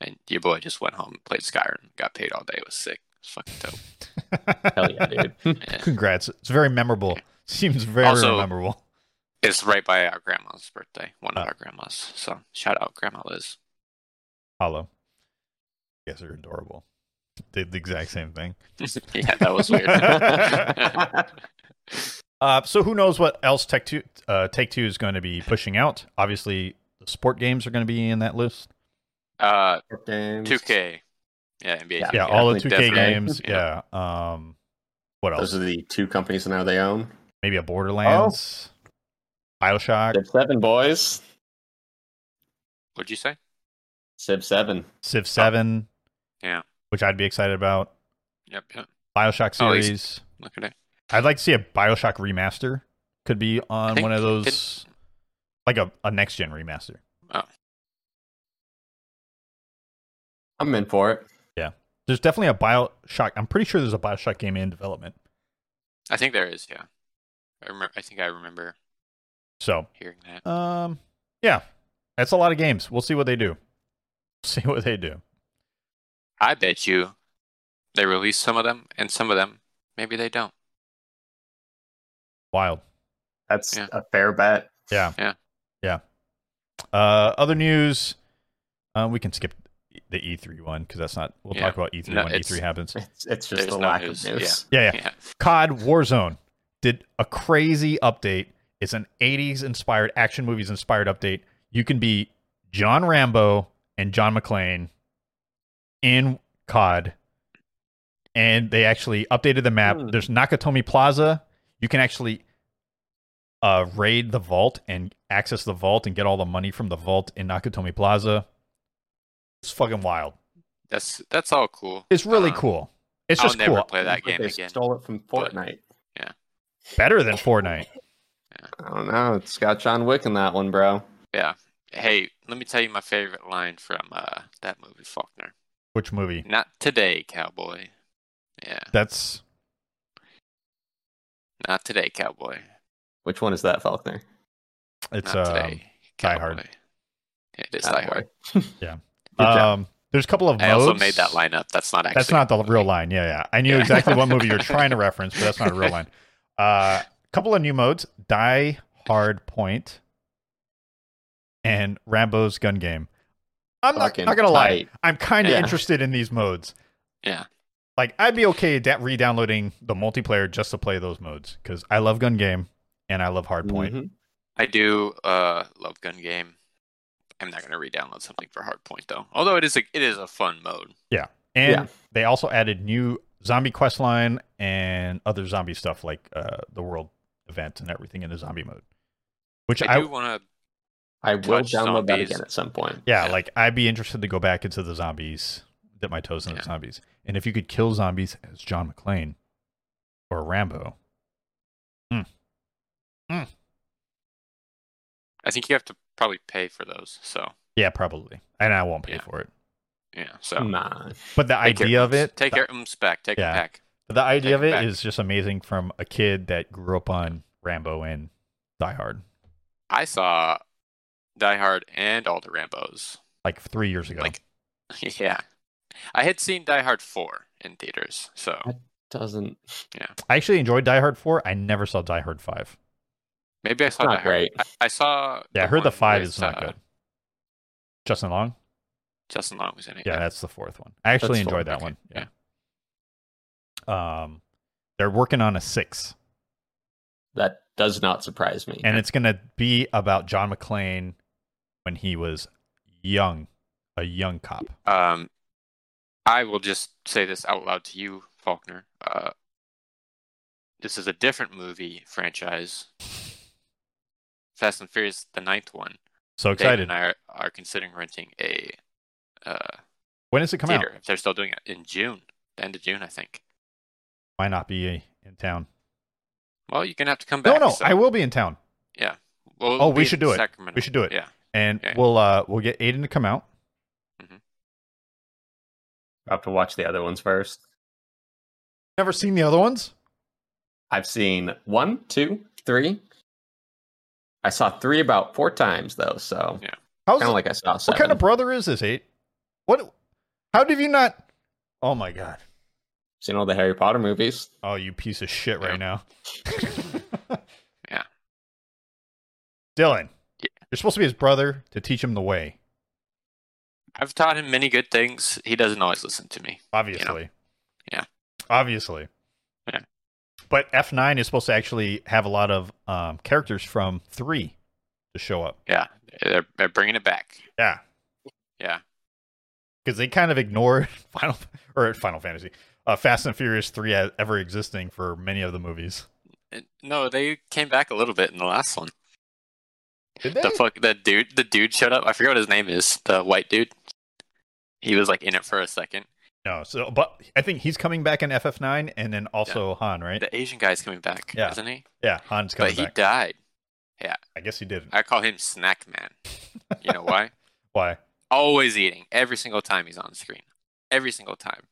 S1: And your boy just went home and played Skyrim, got paid all day. It was sick. It's fucking dope.
S3: Hell yeah, dude.
S1: Yeah.
S2: Congrats. It's very memorable. Seems very
S1: Also-
S2: memorable.
S1: It's right by our grandma's birthday, one
S2: Oh.
S1: of our grandmas. So shout out Grandma Liz.
S2: Hollow. You guys are adorable. Did the exact same thing.
S1: yeah, that was weird.
S2: Uh, so who knows what else Tech Two, uh, Take Two is going to be pushing out? Obviously, the sport games are going to be in that list.
S1: uh,
S3: Games.
S1: 2K. Yeah, NBA
S3: Yeah.
S1: 2K.
S2: Yeah, all the two
S3: definitely
S2: K
S1: definitely.
S2: games. Yeah. Um, what else?
S3: Those are the two companies now they own.
S2: Maybe a Borderlands, Bioshock,
S3: Civ Seven boys.
S1: What'd you say?
S3: Civ Seven.
S2: Civ Seven.
S1: Yeah.
S2: Which I'd be excited about.
S1: Yep, yep.
S2: Bioshock
S1: Oh, he's-
S2: series.
S1: Look at it.
S2: I'd like to see a Bioshock remaster. Could be on
S1: think
S2: one of
S1: it
S2: those, like a, a next gen remaster.
S1: Oh,
S3: I'm in for it.
S2: There's definitely a Bioshock. I'm pretty sure there's a Bioshock game in development.
S1: I think there is, yeah. I remember I think I remember
S2: So,
S1: hearing that.
S2: um, yeah, that's a lot of games. We'll see what they do. See what they do.
S1: I bet you they release some of them and some of them maybe they don't.
S2: Wild.
S3: That's
S1: Yeah.
S3: a fair bet.
S2: Yeah.
S1: Yeah.
S2: Yeah. Uh, other news. Um, we can skip the E3 one because that's not. We'll
S1: Yeah.
S2: talk about E E3
S1: No,
S2: when
S1: it's-
S2: E3 happens.
S3: It's, it's just
S1: There's
S3: the
S1: no
S3: lack
S1: news,
S3: of news.
S2: Yeah, yeah.
S1: Yeah.
S2: COD Warzone did a crazy update. It's an 80s inspired action movies inspired update. You can be John Rambo and John McClane in COD. And they actually updated the map.
S3: Hmm.
S2: There's Nakatomi Plaza. You can actually uh, raid the vault and access the vault and get all the money from the vault in Nakatomi Plaza. It's fucking wild.
S1: That's that's all cool.
S2: It's really
S1: Um,
S2: cool. It's
S1: I'll
S2: just
S1: never
S2: cool.
S1: play that
S3: But
S1: game
S3: they
S1: again.
S3: stole it from
S1: but-
S3: Fortnite.
S2: Better than Fortnite.
S3: I don't know. It's got John Wick in that one, bro.
S1: Yeah. Hey, let me tell you my favorite line from uh, that movie Faulkner.
S2: Which movie?
S1: Not today, cowboy. Yeah,
S2: That's
S1: not today, cowboy.
S3: Which one is that, Faulkner?
S2: it's
S1: not
S2: uh
S1: today,
S2: Die
S1: cowboy.
S2: Hard.
S1: It is Die
S3: That
S1: Hard.
S3: boy.
S2: Yeah.
S3: Good job.
S2: um there's a couple of
S1: I also
S2: modes.
S1: made that line up. That's not actually.
S2: That's not the
S1: movie.
S2: real line. Yeah, yeah. I knew
S1: Yeah.
S2: exactly what movie you're trying to reference, but that's not a real line. Uh couple of new modes, Die Hard Point and Rambo's Gun Game. I'm not,
S3: Fucking
S2: not gonna lie.
S3: tight.
S2: I'm kind of
S3: Yeah.
S2: interested in these modes.
S1: Yeah.
S2: Like I'd be okay da- re-downloading the multiplayer just to play those modes because I love Gun Game and I love Hard Point.
S3: Mhm.
S1: I do uh, love Gun Game. I'm not gonna re-download something for Hardpoint though. Although it is a it is a fun mode.
S2: And
S3: Yeah.
S2: they also added new zombie quest line and other zombie stuff like uh, the world event and everything in the zombie mode. Which
S1: I
S2: I,
S1: do want to.
S3: I will
S1: Touch
S3: download that
S1: zombies.
S3: again at some point.
S2: yeah,
S1: yeah.
S2: like I'd be interested to go back into the zombies, dip my toes in
S1: Yeah.
S2: the zombies. And if you could kill zombies as John McClane or Rambo,
S1: I think you have to probably pay for those. So
S2: yeah, probably. And I won't pay
S1: Yeah.
S2: for it.
S1: yeah. So
S3: Nah.
S2: But the
S1: Take your
S2: Hmm, idea of
S1: ooms.
S2: it,
S1: Take
S2: the-
S1: your ooms back. Take
S2: Yeah.
S1: it back.
S2: The idea
S1: Take
S2: of
S1: it
S2: it is
S1: back.
S2: just amazing from a kid that grew up on Rambo and Die Hard
S1: I saw Die Hard and all the Rambo's.
S2: like three years ago.
S1: Like, yeah, I had seen Die Hard four in theaters. So
S3: Doesn't.
S2: I actually enjoyed Die Hard 4. I never saw Die Hard 5.
S1: maybe I saw Die
S3: not
S1: Hard.
S3: great.
S1: I, I saw.
S2: Yeah, I heard the
S1: one
S2: five
S1: with,
S2: is not
S1: uh,
S2: good. Justin Long?
S1: Justin Long was in it.
S2: Yeah, that's the fourth one. I actually
S3: That's four,
S2: enjoyed that
S1: okay,
S2: one. Yeah. Um they're working on a six.
S3: That does not surprise me.
S2: And it's gonna be about John McClane when he was young, a young cop.
S1: Um, I will just say this out loud to you, Faulkner. Uh, this is a different movie franchise. Fast and Furious, the ninth one.
S2: So
S1: Dave
S2: excited.
S1: and I are, are considering renting a uh,
S2: When does it come
S1: theater
S2: out?
S1: if they're still doing it in June, the end of June, I think.
S2: Might not be in town.
S1: Well, you're gonna have to come
S2: No,
S1: back.
S2: no,
S1: so-
S2: I will be in town,
S1: Well,
S2: Oh,
S1: it'll
S2: we
S1: be
S2: should
S1: in
S2: do it.
S1: Sacramento.
S2: We should do it.
S1: Yeah,
S2: and
S1: Yeah.
S2: we'll uh we'll get Aiden to come out.
S3: I have to watch the other ones first.
S2: Never seen the other ones.
S3: I've seen one, two, three. I saw three about four times though, so
S1: Yeah.
S2: How's
S3: kind
S2: it-
S3: of like I saw
S2: what
S3: seven.
S2: kind of brother is this? Aiden? What? How did you not? Oh my god!
S3: seen all the Harry Potter movies.
S2: Oh, you piece of shit right
S1: Yeah.
S2: now.
S1: Yeah.
S2: Dylan,
S1: Yeah.
S2: you're supposed to be his brother to teach him the way.
S1: I've taught him many good things. He doesn't always listen to me.
S2: Obviously.
S1: Yeah.
S2: Obviously.
S1: Yeah.
S2: But F9 is supposed to actually have a lot of um, characters from three to show up.
S1: Yeah, they're they're bringing it back.
S2: Yeah.
S1: Yeah.
S2: Because they kind of ignored Final or Final Fantasy, uh, Fast and Furious three as ever existing for many of the movies.
S1: And- No, they came back a little bit in the last one.
S2: Did
S1: The fuck, the dude, the dude showed up. I forget what his name is. The white dude. He was like in it for a second.
S2: No. So, but I think he's coming back in FF9, and then also Han, right?
S1: The Asian guy's coming back,
S2: Yeah,
S1: isn't he?
S2: Yeah, Han's coming
S1: but he
S2: back.
S1: died.
S2: I guess he didn't.
S1: I call him Snack Man. You know why?
S2: Why?
S1: Always eating. Every single time he's on screen. Every single time.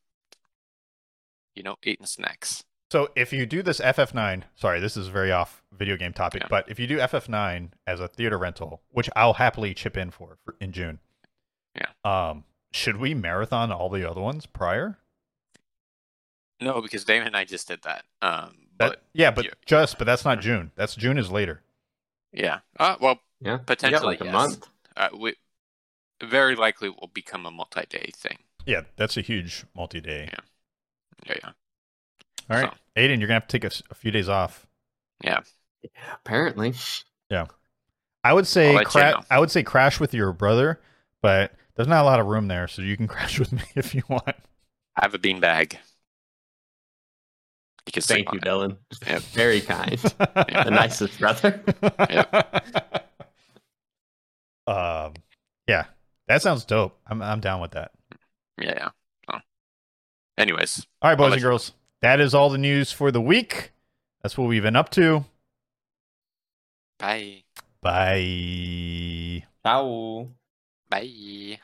S1: You know, eating snacks.
S2: So if you do this FF9, sorry, this is very off video game topic,
S1: Yeah.
S2: but if you do FF9 as a theater rental, which I'll happily chip in for, for in June.
S1: Yeah.
S2: Um, should we marathon all the other ones prior?
S1: No, because Damon and I just did that. Um,
S2: That-
S1: but
S2: yeah, but
S1: yeah. Mm-hmm.
S2: just but that's not June. That's June is later.
S1: yeah. Uh, well,
S3: Yeah,
S1: Potentially,
S3: you got like a
S1: yes.
S3: month.
S1: uh, we very likely will become a multi-day thing.
S2: Yeah, that's a huge multi-day.
S1: Yeah. Yeah, yeah.
S2: All right, Aiden, you're gonna have to take a, s- a few days off.
S3: Apparently,
S2: I would say
S1: I'll let you
S2: cra-
S1: know.
S2: I would say crash with your brother, but there's not a lot of room there, so you can crash with me if you want.
S1: I have a beanbag. You can sleep
S3: thank
S1: on
S3: you,
S1: it.
S3: Dylan.
S1: Yep.
S3: Very kind, the nicest brother.
S2: um, yeah, that sounds dope. I'm I'm down with that.
S1: Yeah, yeah. So. Anyways,
S2: All right,
S1: I'll
S2: boys
S1: let
S2: and
S1: you know.
S2: girls, that is all the news for the week. That's what we've been up to.
S1: bye,
S2: Bye.
S3: Ciao.
S1: bye.